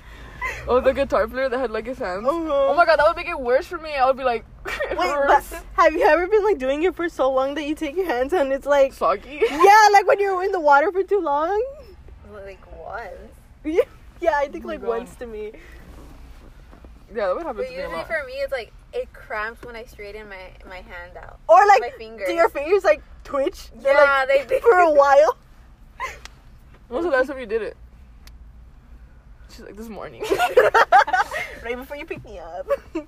Oh, the guitar player that had like his hands.
Uh-huh.
Oh my god, that would make it worse for me. I would be like,
Wait, but have you ever been like doing it for so long that you take your hands and it's like
soggy.
yeah, like when you're in the water for too long.
Like once.
Yeah, yeah I think
Oh my
like
God.
once to me.
Yeah, that would happen
But
to me a
usually
lot.
for me, it's like it cramps when I straighten my my hand out.
Or like
My fingers.
do your fingers like twitch? They're,
Yeah,
like,
they do.
for a while.
When was the last time you did it? She's like, this morning.
right before you pick me up.
Mm,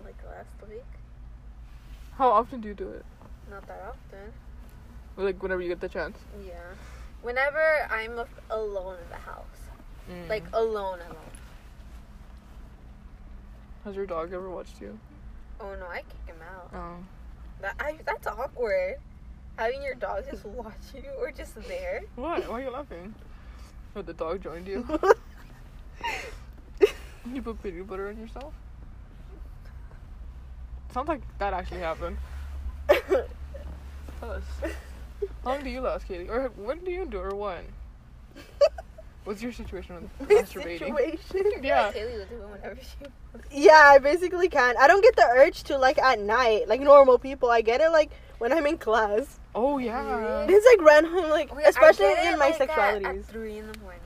Like last week,
How often do you do it?
not that often.
Or, Like whenever you get the chance.
Yeah. Whenever I'm af- alone in the house,
Mm.
like alone, alone.
has your dog ever watched you?
Oh no, I kick him out.
Oh,
That I, that's awkward. Having your dog just watch you or just there.
what? Why are you laughing? Oh, the dog joined you. you put peanut butter on yourself. Sounds like that actually happened. Tell us. How long do you last, Katie? Or when do you do, or when? What's your situation with
This
masturbating?
situation.
Yeah.
Kaylee would do it whenever she.
Yeah, I basically can. I don't get the urge to like at night, like normal people. I get it like when I'm in class.
Oh yeah.
It's like random, like
Oh,
Wait, I
especially
get it,
in my
like, at-
sexualities.
At three in the morning.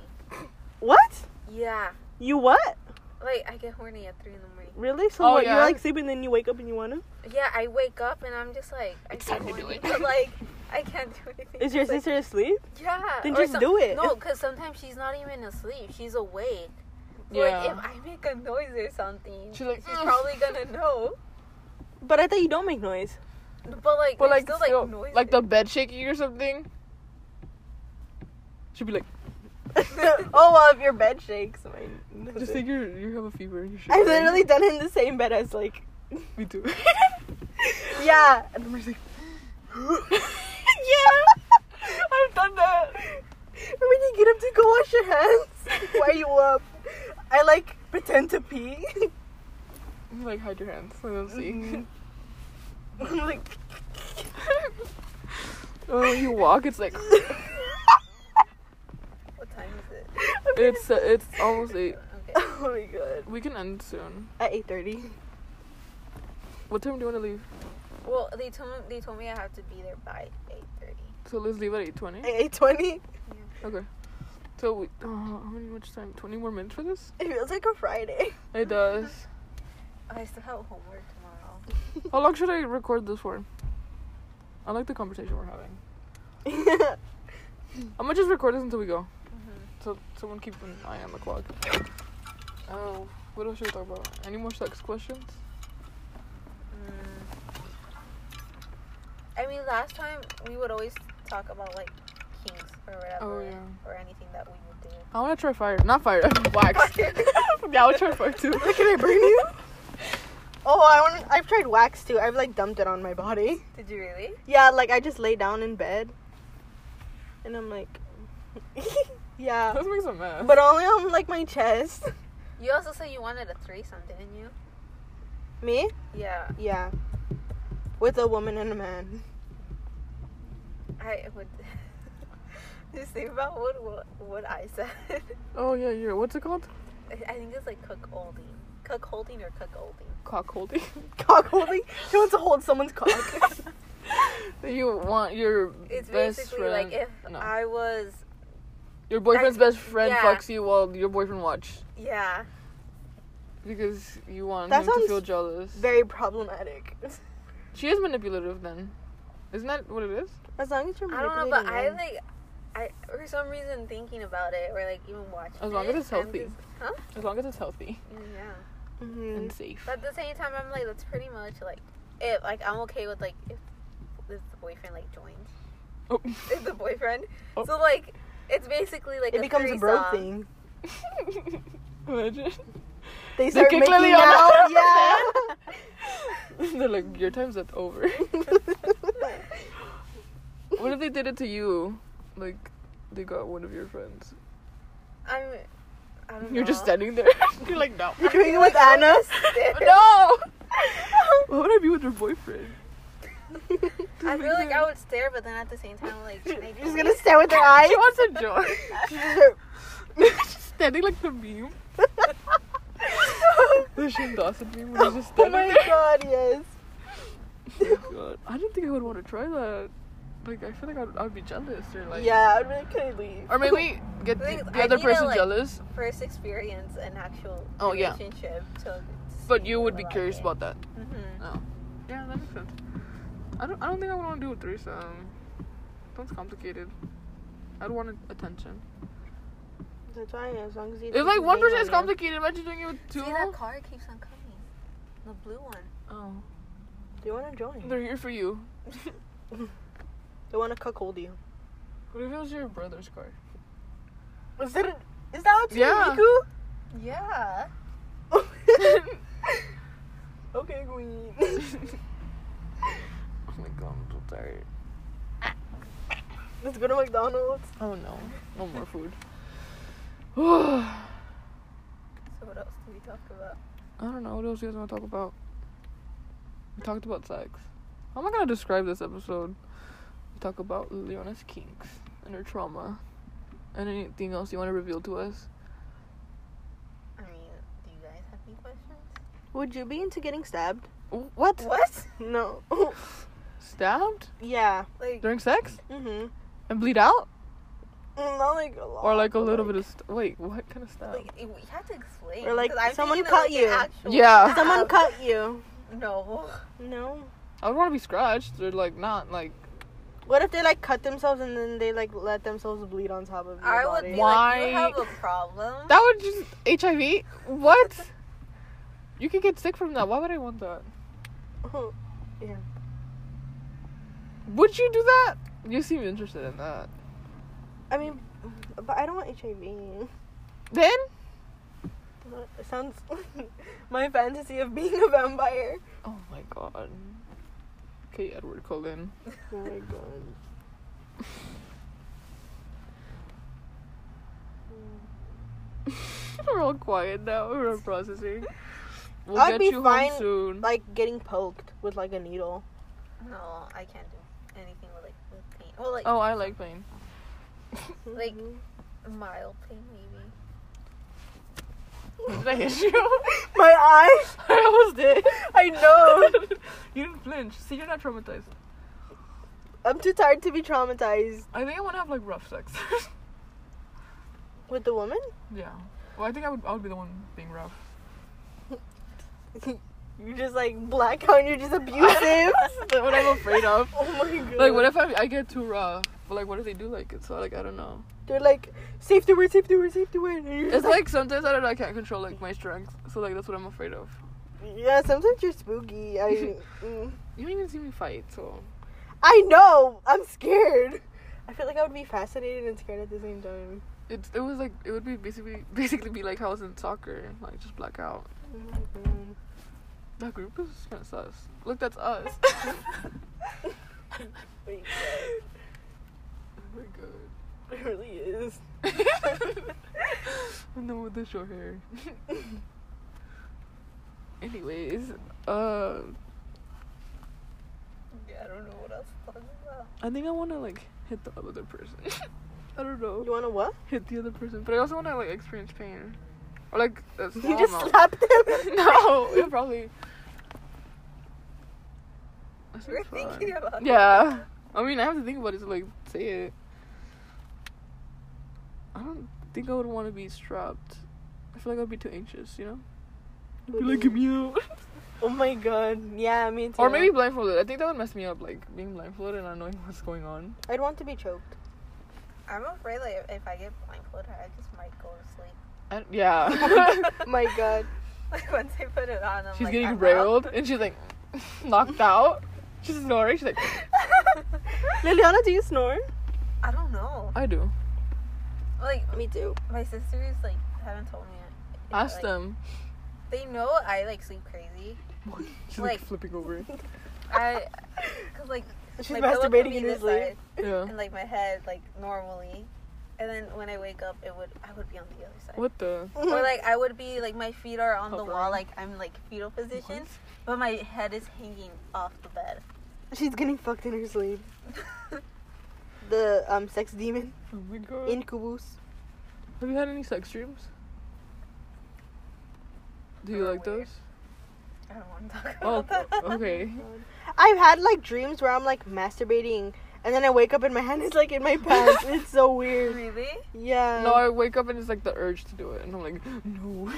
What?
Yeah.
You what?
Like I get horny at three in the morning.
Really? So
Oh,
what?
yeah.
You're like sleeping, then you wake up and you wanna?
Yeah, I wake up and I'm just like I
It's
get
time to do
horny,
it.
but, like I can't do anything.
Is your
It's like-
sister asleep?
Yeah.
Then
or
just do it.
No, because sometimes she's not even asleep. She's awake. So,
Yeah.
Like if I make a noise or something,
She's like,
she's
"Mm."
probably gonna know.
But I thought you don't make noise.
But like,
But
there's
like,
still,
still-
like noises.
like the bed shaking or something. She'd be like,
oh well, if your bed shakes, mine.
just think you are you have a fever and you should.
I've literally done it in the same bed as like.
Me too.
Yeah,
and then she's like,
yeah.
I've done that.
when you get up to go wash your hands, why you up? I like pretend to pee.
Like hide your hands. I don't see.
Mhm. I'm Mm. like,
Oh, when you walk, it's like
What time is it?
it's uh, it's almost eight.
Okay.
oh my god.
We can end soon.
At eight thirty.
What time do you want to leave?
Well, they told me, they told me I have to be there by eight thirty.
So let's leave at eight twenty.
At eight twenty.
Okay. So we, uh, how many much time? Twenty more minutes for this?
It feels like a Friday.
It does.
I still have homework tomorrow.
How long should I record this for? I like the conversation we're having. I'm gonna just record this until we go. So someone keep an eye on the clock. Oh, what else should we talk about? Any more sex questions?
Mm. I mean, last time we would always talk about like kinks or whatever,
Oh, yeah.
or anything that we would do.
I wanna try fire. Not fire. Wax. yeah, I would try fire too.
Can I burn you? Oh, I want. I've tried wax too. I've like dumped it on my body.
Did you really?
Yeah, like I just lay down in bed, and I'm like, yeah,
This makes a mess.
but only on like my chest.
You also said you wanted a threesome, didn't you?
Me?
Yeah,
Yeah, with a woman and a man.
I would. Just think about what what, what I said.
oh yeah, you're what's it called?
I- I think it's like cook holding, cook holding or cook holding.
Cock holding.
Cock holding. She wants to hold someone's cock.
you want your
It's
best
basically
friend.
like if
no.
I was,
your boyfriend's
I-
best friend
yeah.
fucks you while your boyfriend watch
yeah.
because you want
That
him to
sounds
feel jealous.
Very problematic.
she is manipulative then. Isn't that what it is?
As long as you're.
I don't know, but I
manipulating
like, I for some reason thinking about it or like even watching.
As long as
it,
it's
I'm
healthy.
just- huh?
As long as it's healthy
Yeah.
them.
Mm.
and
Mhm.
safe.
But at the same time, I'm like, that's pretty much like, if like I'm okay with like if, if the boyfriend like joins,
Oh.
if the boyfriend.
Oh.
So like, it's basically like
It becomes a bro
threesome.
thing.
Imagine.
They start
kick
making
Lily
out.
out.
Yeah.
They're like, your time's up over. what if they did it to you? Like, they got one of your friends.
I'm. I don't
You're just
know.
standing there. You're like, no.
You're doing it with Anna's.
no! Why would I be with your boyfriend?
I feel like I would stare, but then at the same time, like, like
She's gonna stare with her eyes.
She wants to join. She's standing like the meme. The Shane Dawson meme when he's just
oh
standing
my
there.
god, yes.
Oh my God. I didn't think I would want to try that. Like, I feel like I'd, I'd be jealous or like.
yeah, I'd be like, can I leave?
Or maybe get
I
the,
think
the
I
other
need to,
person
like-
jealous,
first experience an actual
Oh, yeah.
relationship. So
but you would be curious about that.
Mm-hmm.
Yeah, that makes sense. I don't. I don't think I would want to do a threesome. Sounds complicated. I'd want attention.
That's fine, as long as you.
If like one person is complicated, imagine doing it with two.
See that car keeps on coming, the blue one.
Oh,
They wanna join.
they're here for you.
They wanna cuckold you.
What if it was your brother's car?
Is that, is that what's
Yeah.
Yeah.
Miku? okay, queen.
Oh my god, I'm so tired.
Let's go to McDonald's.
Oh no, no more food. I
So what else do we talk about?
don't know what else you guys want to talk about. We talked about sex. How am I gonna describe this episode? We talk about Leona's kinks and her trauma. And anything else you want to reveal to us?
I mean, do you guys have any questions?
Would you be into getting stabbed?
What?
What?
No.
Stabbed
yeah.
Like,
during sex
Mm-hmm.
and bleed out,
Not like a lot.
or like a
but,
little
like-
bit of st- wait, what kind of stab?
like it- we have to explain.
Um, Or, like,
'cause I'm
someone
thinking of,
cut
like, an
you.
actual
Yeah.
stab.
Someone cut you.
No.
No.
I would want to be scratched or like not like.
What if they like cut themselves and then they like let themselves bleed on top of your
I would
body?
be like,
Why-
you have a problem.
That would just HIV. What? you could get sick from that. Why would I want that? Would you do that? You seem interested in that.
I mean, but I don't want HIV.
Then
It sounds my fantasy of being a vampire.
oh my god, K. Edward Cullen.
Oh my god.
We're all quiet now. We're all processing. We'll
I'd
get
be
you
fine,
home soon.
Like getting poked with like a needle.
No, I can't do anything with like with pain. Well, like
oh, I like pain.
Like- mild pain maybe.
Did I hit you?
my eyes.
I almost did.
I know.
you didn't flinch. See, you're not traumatized.
I'm too tired to be traumatized
I think I want to have like rough sex.
with the woman.
yeah. Well, I think I would. I would be the one being rough.
You just like black out. and You're just abusive.
That's what I'm afraid of.
oh my god.
Like, what if I, I get too rough? But like, what if they do like it? So like, I don't know.
They're like safety word, safety word, safety word. and you're
It's
just
like sometimes I don't know. I can't control like my strength. So like, that's what I'm afraid of.
yeah. Sometimes you're spooky. I. mm.
You don't even see me fight. So
I know. I'm scared. I feel like I would be fascinated and scared at the same time.
it it was like it would be basically basically be like how I was in soccer, like just black out.
Oh my god.
That group is kind of sus. Look, that's us. Oh
Wait,
We're good.
it really is.
no, with the short hair. Anyways, uh,
Yeah, I don't know what else to talk about.
I think I want to like hit the other person. I don't know,
You wanna what?
hit the other person, but I also want to like experience pain, or like a small
You just
amount.
slapped him.
no, it probably. That
We're
sounds
thinking
fun.
about
Yeah, I mean, I have to think about it to like say it. I don't think I would want to be strapped. I feel like I'd be too anxious, you know. I'd be like, "Get me out."
Oh my god. Yeah, me too.
Or maybe blindfolded. I think that would mess me up, like being blindfolded and not knowing what's going on.
I'd want to be choked.
I'm afraid like if I get blindfolded, I just might go to sleep.
And, yeah.
my god.
Like once I put it on, I'm
she's
like,
getting
I'm out.
railed and she's like knocked out. She's snoring. She's like,
Liliana, do you snore?
I don't know.
I do.
Like
Me too.
my sisters like haven't told me. if I,
Ask
like-
them.
They know I like sleep crazy.
She's like,
Like-
flipping over.
I, cause like
She's
my pillow could
masturbating
be
in her
this
sleep.
Yeah.
and like my head like normally, and then when I wake up, it would I would be on the other side.
What the?
Or like I would be like my feet are on the
Hovering.
wall, like I'm like fetal position,
What?
but my head is hanging off the bed.
She's getting fucked in her sleep. The um sex demon
Oh my god.
incubus.
Have you had any sex dreams? Do you
They're
like
weird.
those?
I don't want to talk
Oh,
about that.
okay.
I've had like dreams where I'm like masturbating and then I wake up and my hand is like in my pants. it's so weird.
Really?
Yeah.
No, I wake up and it's like the urge to do it, and I'm like, no.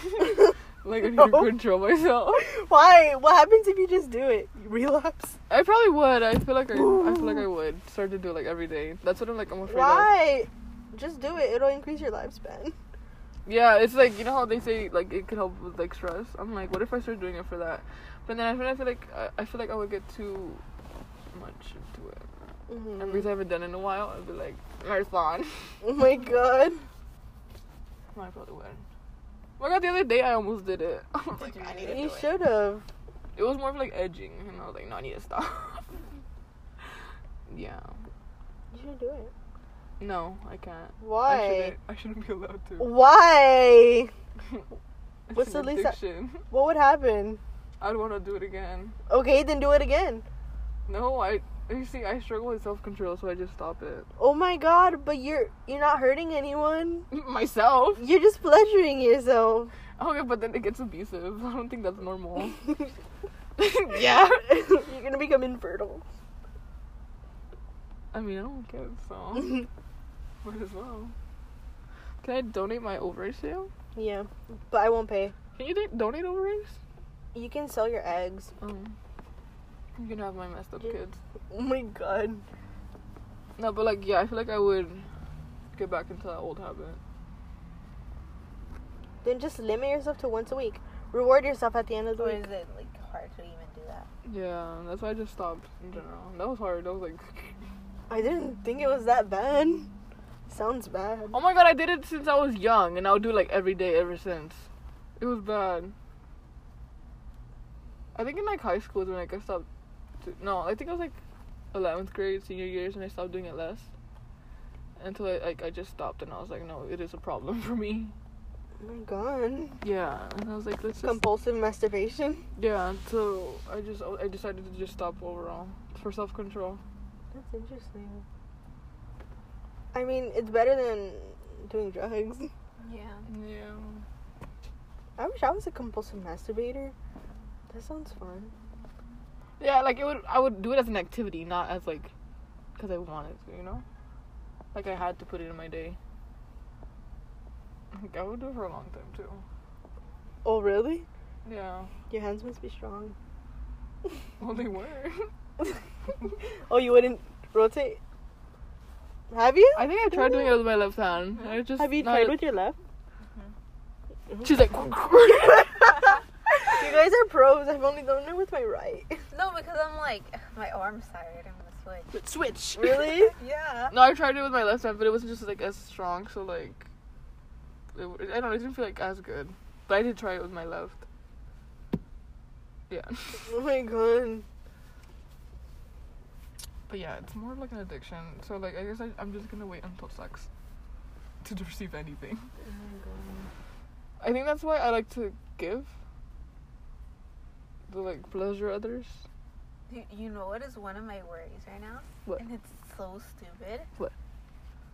like I need
No.
to control myself.
Why? What happens if you just do it? You relapse?
I probably would. I feel like I, I feel like I would start to do it like every day. That's what I'm like. I'm afraid of.
Why? Just do it. It'll increase your lifespan.
Yeah, it's like you know how they say like it could help with like stress. I'm like, what if I start doing it for that? But then I feel, I feel like I, I feel like I would get too much into it.
Mhm.
And because I haven't done it in a while, I'd be like marathon.
Oh my god.
I probably would. Oh my god, the other day I almost did it. Oh I was like,
you
I need
really?
it.
You should have.
It was more of like edging, and I was like, no, I need to stop. yeah.
You should do it.
No, I can't. I
Why?
shouldn't, I shouldn't be allowed to.
Why?
It's
What's
an
the least I-
addiction.
What would happen?
I'd want to do it again.
Okay, then do it again.
No, I. You see, I struggle with self control, so I just stop it
Oh my god, but you're you're not hurting anyone.
myself.
You're just pleasuring yourself.
Okay, but then it gets abusive. I don't think that's normal. yeah.
you're gonna become infertile.
I mean, I don't care, so might as well. Can I donate my ovaries to you?
yeah, but I won't pay.
Can you do- donate ovaries?
You can sell your eggs.
Oh. You can have my messed up
Yeah.
kids.
Oh my god.
No, but like, yeah, I feel like I would get back into that old habit.
Then just limit yourself to once a week. Reward yourself at the end of the
Or
week.
is it like hard to even do that?
Yeah, that's why I just stopped in general. That was hard. That was like,
I didn't think it was that bad. Sounds bad.
oh my god, I did it since I was young, and I'll do it like every day ever since. It was bad. I think in like high school is when like I stopped th- no, I think I was like eleventh grade, senior years, and I stopped doing it less. Until I like I just stopped, and I was like, no, it is a problem for me.
Oh my god.
Yeah, and I was like, let's just
Compulsive masturbation.
yeah. So I just I decided to just stop overall for self control.
That's interesting. I mean, it's better than doing drugs.
Yeah.
Yeah.
I wish I was a compulsive masturbator. That sounds fun.
Yeah, like it would I would do it as an activity, not as like because I wanted to, you know. Like I had to put it in my day. Like I would do it for a long time too.
Oh, really?
Yeah.
Your hands must be strong.
Well, they were.
oh, you wouldn't rotate? Have you?
I think I tried doing it with my left hand. I just
Have you
not-
tried with your left?
She's like.
You guys are pros. I've only done it with my right.
No, because I'm like my arm's tired. I'm gonna switch.
Switch.
Really?
Yeah.
No, I tried it with my left hand, but it wasn't just like as strong. So like, it, w- I don't. know, It didn't feel like as good. But I did try it with my left. Yeah.
oh my god.
But yeah, it's more of like an addiction. So like, I guess I, I'm just gonna wait until sex to receive anything.
Oh my god.
I think that's why I like to give. To like pleasure others.
You, you know what is one of my worries right now?
What?
And it's so stupid.
What?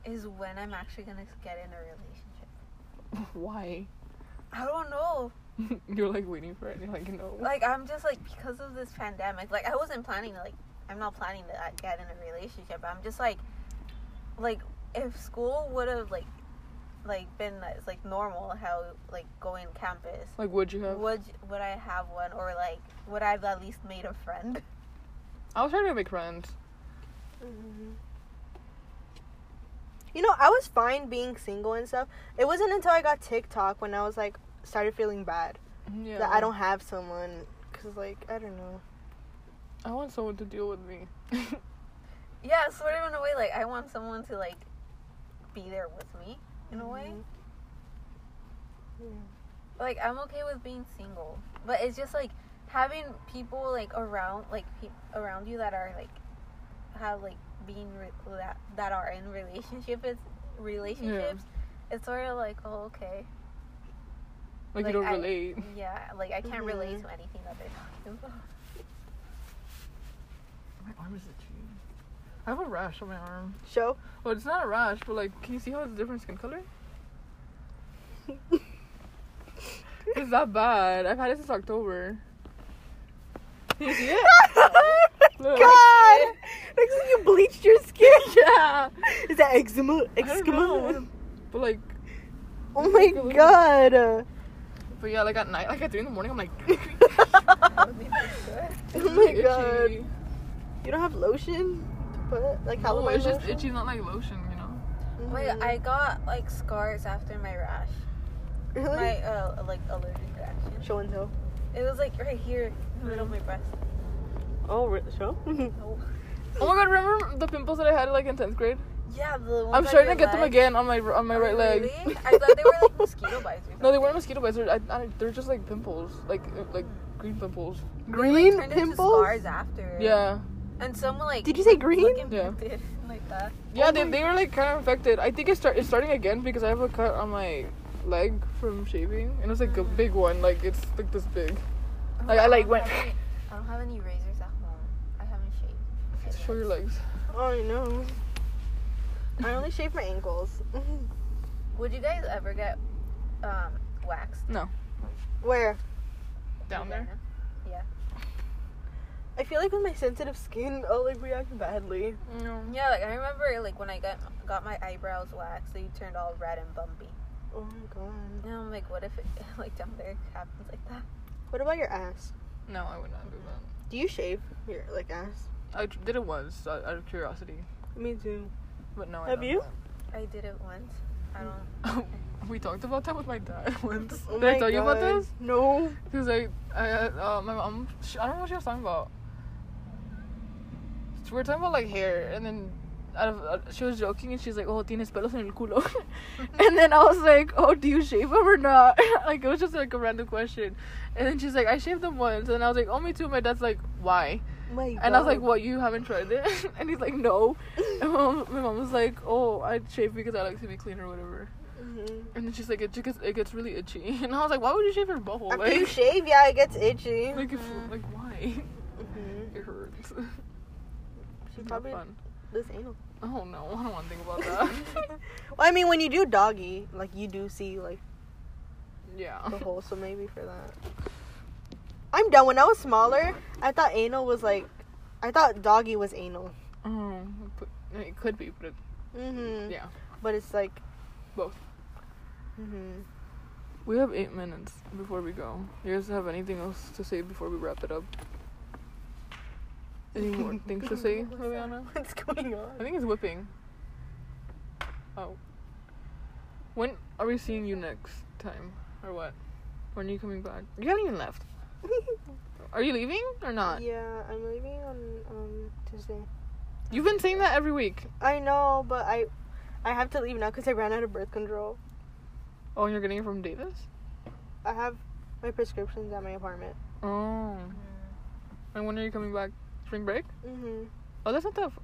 Is when I'm actually gonna get in a relationship.
Why?
I don't know.
You're like waiting for it. And you're like, no.
Like I'm just like because of this pandemic. Like I wasn't planning to like I'm not planning to like, get in a relationship. I'm just like like if school would have like like been as like normal how like going campus
Like, would you have?
would would I have one or like would I've at least made a friend?
I was trying to make friends.
You know, I was fine being single and stuff. It wasn't until I got TikTok when I was like started feeling bad
Yeah.
that I don't have someone. Cause like I don't know.
I want someone to deal with me.
Yeah, sort of in a way like I want someone to like be there with me in a way.
Mhm. Yeah.
Like I'm okay with being single, but it's just like having people like around like pe- around you that are like have like being re- that that are in relationship is relationships. It's sort of like oh okay
Like, you
Like,
don't
I-
relate. Mm-hmm.
yeah like I can't relate
Mhm.
to anything that they're talking about.
My arm is itchy. I have a rash on my arm.
Show.
Well, it's not a rash, but like, can you see how it's different skin color? It's that bad. I've had it since October. Can you see it? Look.
God, looks like you bleached your skin.
Yeah.
Is that eczema?
I don't know.
Eczema.
But like,
Oh my
Look, look.
god.
but yeah, like at night, like at three in the morning, I'm like,
Oh
it's
my
itchy.
god. You don't have lotion to put? Like
No,
calamine
Oh, it's just
lotion?
itchy, not like lotion, you know.
Wait,
Mhm.
I got like scars after my rash,
really?
my uh, like allergic reaction.
Show and tell.
It was like right here, in the middle of my breast.
Oh, re- show?
Oh my god, remember the pimples that I had like in 10th grade?
Yeah, the ones
I'm
on
starting to
Oh your
get them
leg.
again on my on my right leg.
"Oh, Really? I thought they were like mosquito bites. Or
No, they
something.
weren't mosquito bites. They're, I, I, they're just like pimples, like uh, like green pimples.
green
Turned into
pimples?
scars after.
Yeah,
And someone like.
Did you say green?
Looking
Yeah.
infected, like that.
yeah.
Oh
they,
my-
they were like kind of infected. I think it start it's starting again because I have a cut on my leg from shaving, and it's like
Mm.
a big one. Like it's like this big. Like, I, like,
don't
went-
have any- I don't have any razors at home. I haven't shaved.
Show your legs.
Oh, I know. I only shave my ankles.
Would you guys ever get um waxed?
Where?
Down there.
I feel like with my sensitive skin, I'll like react badly.
No.
Yeah, like I remember like when I got got my eyebrows waxed, they turned all red and bumpy.
Oh my god.
And I'm like, what if it like down there happens like that?
What about your ass?
No, I would not do that.
Do you shave your like ass?
I tr- did it once uh, out of curiosity,
Me too.
but no. I
Have
don't
you?
do
I did it once. I don't.
that. we talked about that with my dad once.
Oh
did I
my
tell you about
God.
this?
No.
Because I, I, uh, my mom, she, I don't know what she was talking about. We were talking about like hair, and then out of, uh, she was joking, and she's like, "Oh, tienes pelos en el culo," and then I was like, "Oh, do you shave them or not?" like it was just like a random question, and then she's like, "I shaved them once," and I was like, "Oh, me too." My dad's like, "Why?"
My
And I was like,
God.
"What? You haven't tried it?" And he's like, "No." And my mom, my mom was like, "Oh, I shave because I like to be clean or whatever."
Mhm.
And then she's like, "It just gets, it gets really itchy." And I was like, "Why would you shave your butthole?
After you
Like,
shave, yeah, it gets itchy.
like, if, like why?
Mhm.
It hurts.
Mm-hmm. She
Not
probably
fun.
does anal.
Oh no, I don't want to think about that.
Well, I mean, when you do doggy, like you do see like
yeah.
the hole, so maybe for that. I'm done. When I was smaller, I thought anal was like, I thought doggy was anal.
Oh, but, it could be, but it,
Mm-hmm.
Yeah.
But it's like
Both.
hmm
we have eight minutes before we go. You guys have anything else to say before we wrap it up? Any more things to say, Liliana?
What's going
I
on?
think it's whipping. Oh. When are we seeing you next time, or what? When are you coming back? You haven't even left. Are you leaving or not?
yeah, I'm leaving on um Tuesday.
You've been saying that every week.
I know, but I, I have to leave now because I ran out of birth control.
Oh, and you're getting it from Davis.
I have my prescriptions at my apartment.
Oh.
mm,
And when are you coming back? Spring break?
Mm-hmm.
Oh, that's not that f-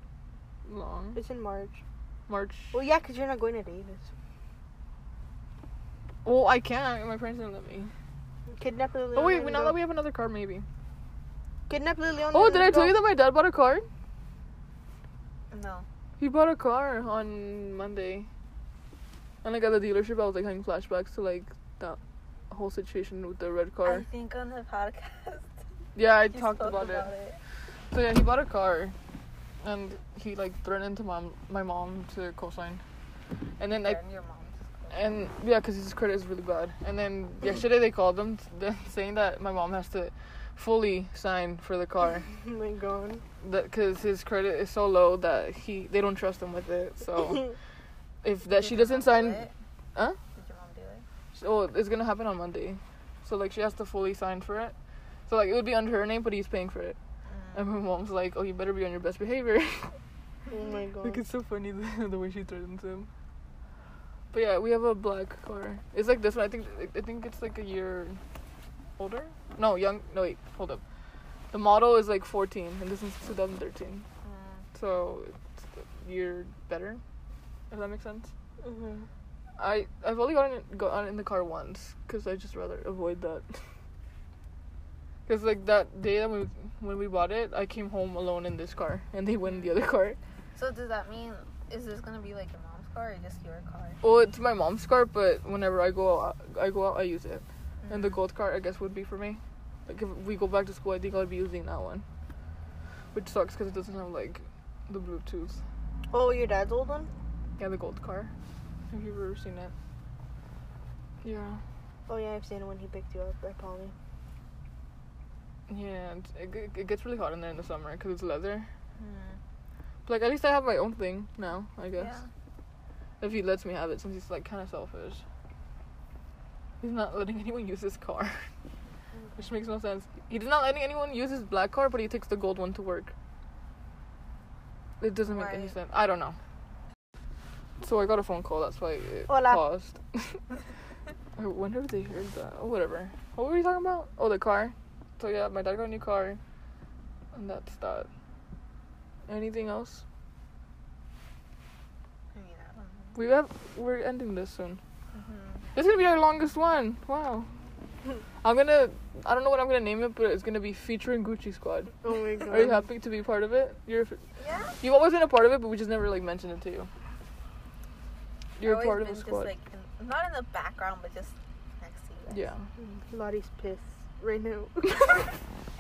long.
It's in March.
March.
Well, yeah, because you're not going to Davis.
Well, I can't. My parents didn't let me.
Kidnap Lily.
Oh wait, we now that we have another card, maybe.
Kidnap Lily on
Oh, did I tell you that my dad bought a car?
No.
He bought a car on Monday. And like at the dealership, I was like having flashbacks to like that whole situation with the red
I
car.
think on the podcast.
yeah, I
you
talked
spoke
about, it. So yeah, he bought a car, and he like threatened to mom, my mom to co-sign. And then I
And your mom's.
And yeah, because his credit is really bad. And then yesterday they called them t- saying that my mom has to fully sign for the car
Oh my god.
because his credit is so low that he they don't trust him with it. So if that she doesn't sign,
Did
Huh?
your mom do it?
oh, it's gonna happen on Monday. So like she has to fully sign for it. So like it would be under her name, but he's paying for it. And my mom's like, "Oh, you better be on your best behavior."
Oh my god.
like it's so funny the, the way she threatens him. But yeah, we have a black car. It's like this one. I think I think it's like a year older. No, young. No wait, hold up. The model is like 14, and this is 2013.
Mm.
So it's a year better. If that makes sense.
Mhm.
I I've only gotten gotten in the car once because I just rather avoid that. Because like that day that we when we bought it, I came home alone in this car, and they went in the other car.
So does that mean is this gonna be like your mom's car or just your car?
Well, it's my mom's car, but whenever I go out, I go out, I use it. And the gold car, I guess, would be for me. Like if we go back to school, I think I'll be using that one, which sucks because it doesn't have like the Bluetooth.
Oh, your dad's old one?
Yeah, the gold car. Have you ever seen it? Yeah.
Oh yeah, I've seen it when he picked you up at Polly.
Yeah, and it, g- it gets really hot in there in the summer because it's leather.
Mm.
But, like at least I have my own thing now, I guess. If he lets me have it, since he's like kind of selfish. He's not letting anyone use his car, which makes no sense. He's not letting anyone use his black car, but he takes the gold one to work. It doesn't make any
Right.
sense. I don't know. So I got a phone call. That's why it
Hola.
paused. I wonder if they heard that. Oh, whatever. What were we talking about? Oh, the car. So yeah, my dad got a new car, and that's that. Anything else?
I mean, I don't know.
We have we're ending this soon.
Mm-hmm.
This is gonna be our longest one. Wow. I'm gonna I don't know what I'm gonna name it, but it's gonna be featuring Gucci Squad.
Oh my
Are you happy to be part of it? You're f-
Yeah.
you've always been a part of it, but we just never like mentioned it to you. You're a
I've
part of
always
the
been
squad.
Just, like, in, not in the background, but just next to you. guys.
yeah.
Lottie's pissed right now.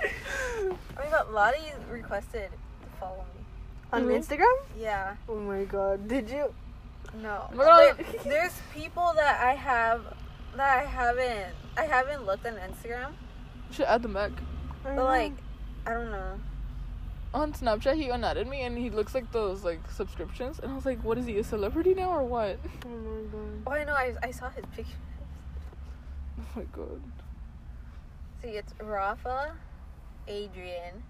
Oh my god, Lottie requested to follow me.
On
Mhm.
Instagram?
Yeah.
Oh my god. Did you?
No.
Oh my God.
There- there's people that I have that I haven't I haven't looked on Instagram,
You should add them back.
I
Mm-hmm.
but
know.
like I don't know.
On Snapchat he unadded me and he looks like those like subscriptions and I was like, What is he, a celebrity now or what?
Oh my god.
Oh, I know. I, I saw his picture.
Oh my god.
See, it's Rafa, Adrian.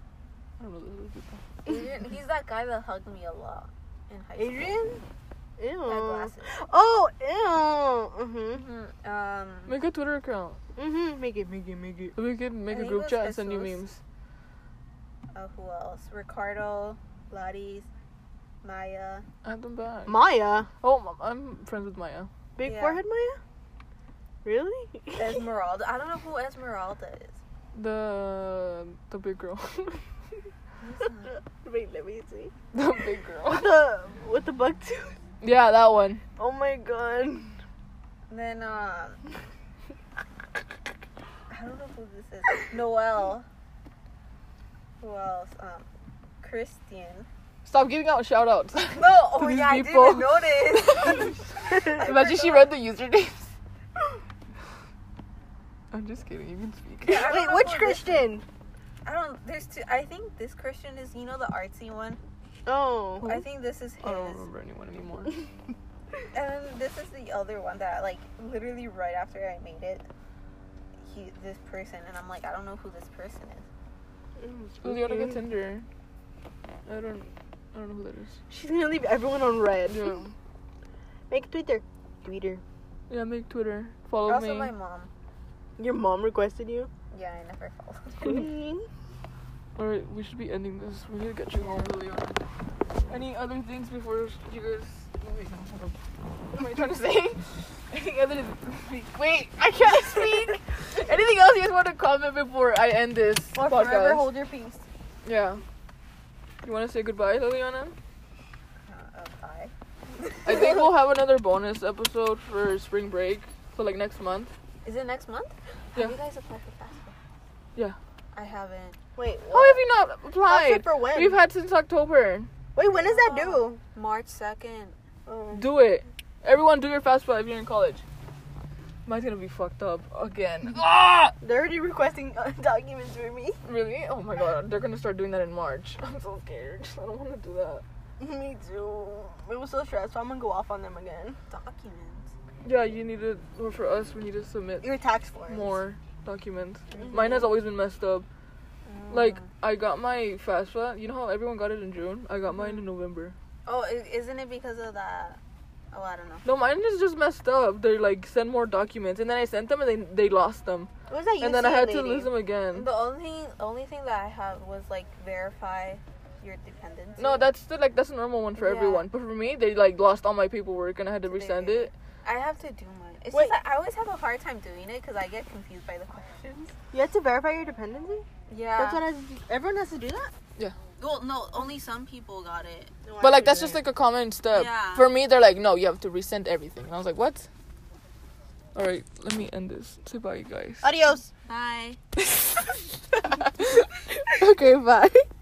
I don't know those people.
Adrian, he's that guy that hugged me a lot in high school.
Adrian?
Had
Ew.
glasses.
Oh, ew. Mhm.
Mhm, Um,
Make a Twitter account.
Mhm. Make it. Make it. Make it.
We could make a
I think it
group
was
chat and send you
Jesus.
memes.
Uh, who else? Ricardo, Lotties, Maya.
Add them back.
Maya,
oh, I'm friends with Maya.
big
Yeah.
forehead, Maya. Really?
Esmeralda. I don't know who Esmeralda is.
The the big girl.
Wait, let me see.
the big
With
girl.
the with the bug tooth.
Yeah, that one.
Oh my god.
Then um, I don't know who this is. Noel. Who else? Um, Christian.
Stop giving out shout outs.
No, oh
these
yeah, I
people.
didn't notice.
Imagine she read the usernames. I'm just kidding, you can speak.
I don't
Wait,
know
which
who this-
Christian?
I don't. There's two. I think this Christian is you know the artsy one.
Oh.
I think this is his.
I don't remember anyone anymore.
And Um, this is the other one that like literally right after I made it, he this person and I'm like I don't know who this person is.
Who's the other guy Tinder? I don't I don't know who that is.
She's gonna leave everyone on red.
Yeah.
Make Twitter. Twitter.
Yeah, make Twitter. Follow
also
me.
my mom.
Your mom requested you.
Yeah, I never followed.
Queen.
Alright, we should be ending this. We need to get you home really on. Any other things before you guys wait, hold up. what am I trying to say? Any other wait, I can't speak. Anything else you guys want to comment before I end this
Or
podcast?
forever hold your peace.
Yeah. You want to say goodbye, Liliana?
Uh, bye.
I think we'll have another bonus episode for spring break. So, like, next month.
Is it next month?
Yeah.
Have you guys applied for FAFSA?
Yeah.
I haven't.
Wait.
How have you not
Applied
applied?
for when?
We've had since October.
Wait, when is that due?
March second.
Oh.
Do it. Everyone, do your FAFSA if you're in college. Mine's gonna be fucked up again. ah!
They're already requesting uh, documents for me.
Really? Oh my god, they're gonna start doing that in March. I'm so scared. I don't wanna do that.
me too. It was so stressful. I'm gonna go off on them again.
Documents.
Yeah, you need to, or for us, we need to submit
Your tax forms.
more documents. Mine has always been messed up. Like I got my FAFSA. You know how everyone got it in June? I got
Mm-hmm.
mine in November.
Oh, i- isn't it because of that? Oh, I don't know.
No, mine is just messed up. They like send more documents, and then I sent them, and they they lost them,
What was that?
and then I had to
UCLA?
lose them again.
The only only thing that I had was like verify your dependency.
No, that's the like that's a normal one for
Yeah.
everyone, but for me, they like lost all my paperwork, and I had to resend it.
I have to do mine. It's
Wait.
just that I always have a hard time doing it because I get confused by the questions.
You had to verify your dependency.
Yeah.
That's what I. Everyone has to do that.
well, no, only some people got it.
But like that's just like a common step.
Yeah.
For me, they're like, no, you have to resend everything. And I was like, what? All right, let me end this. Say bye, guys.
Adios.
Bye.
okay, bye.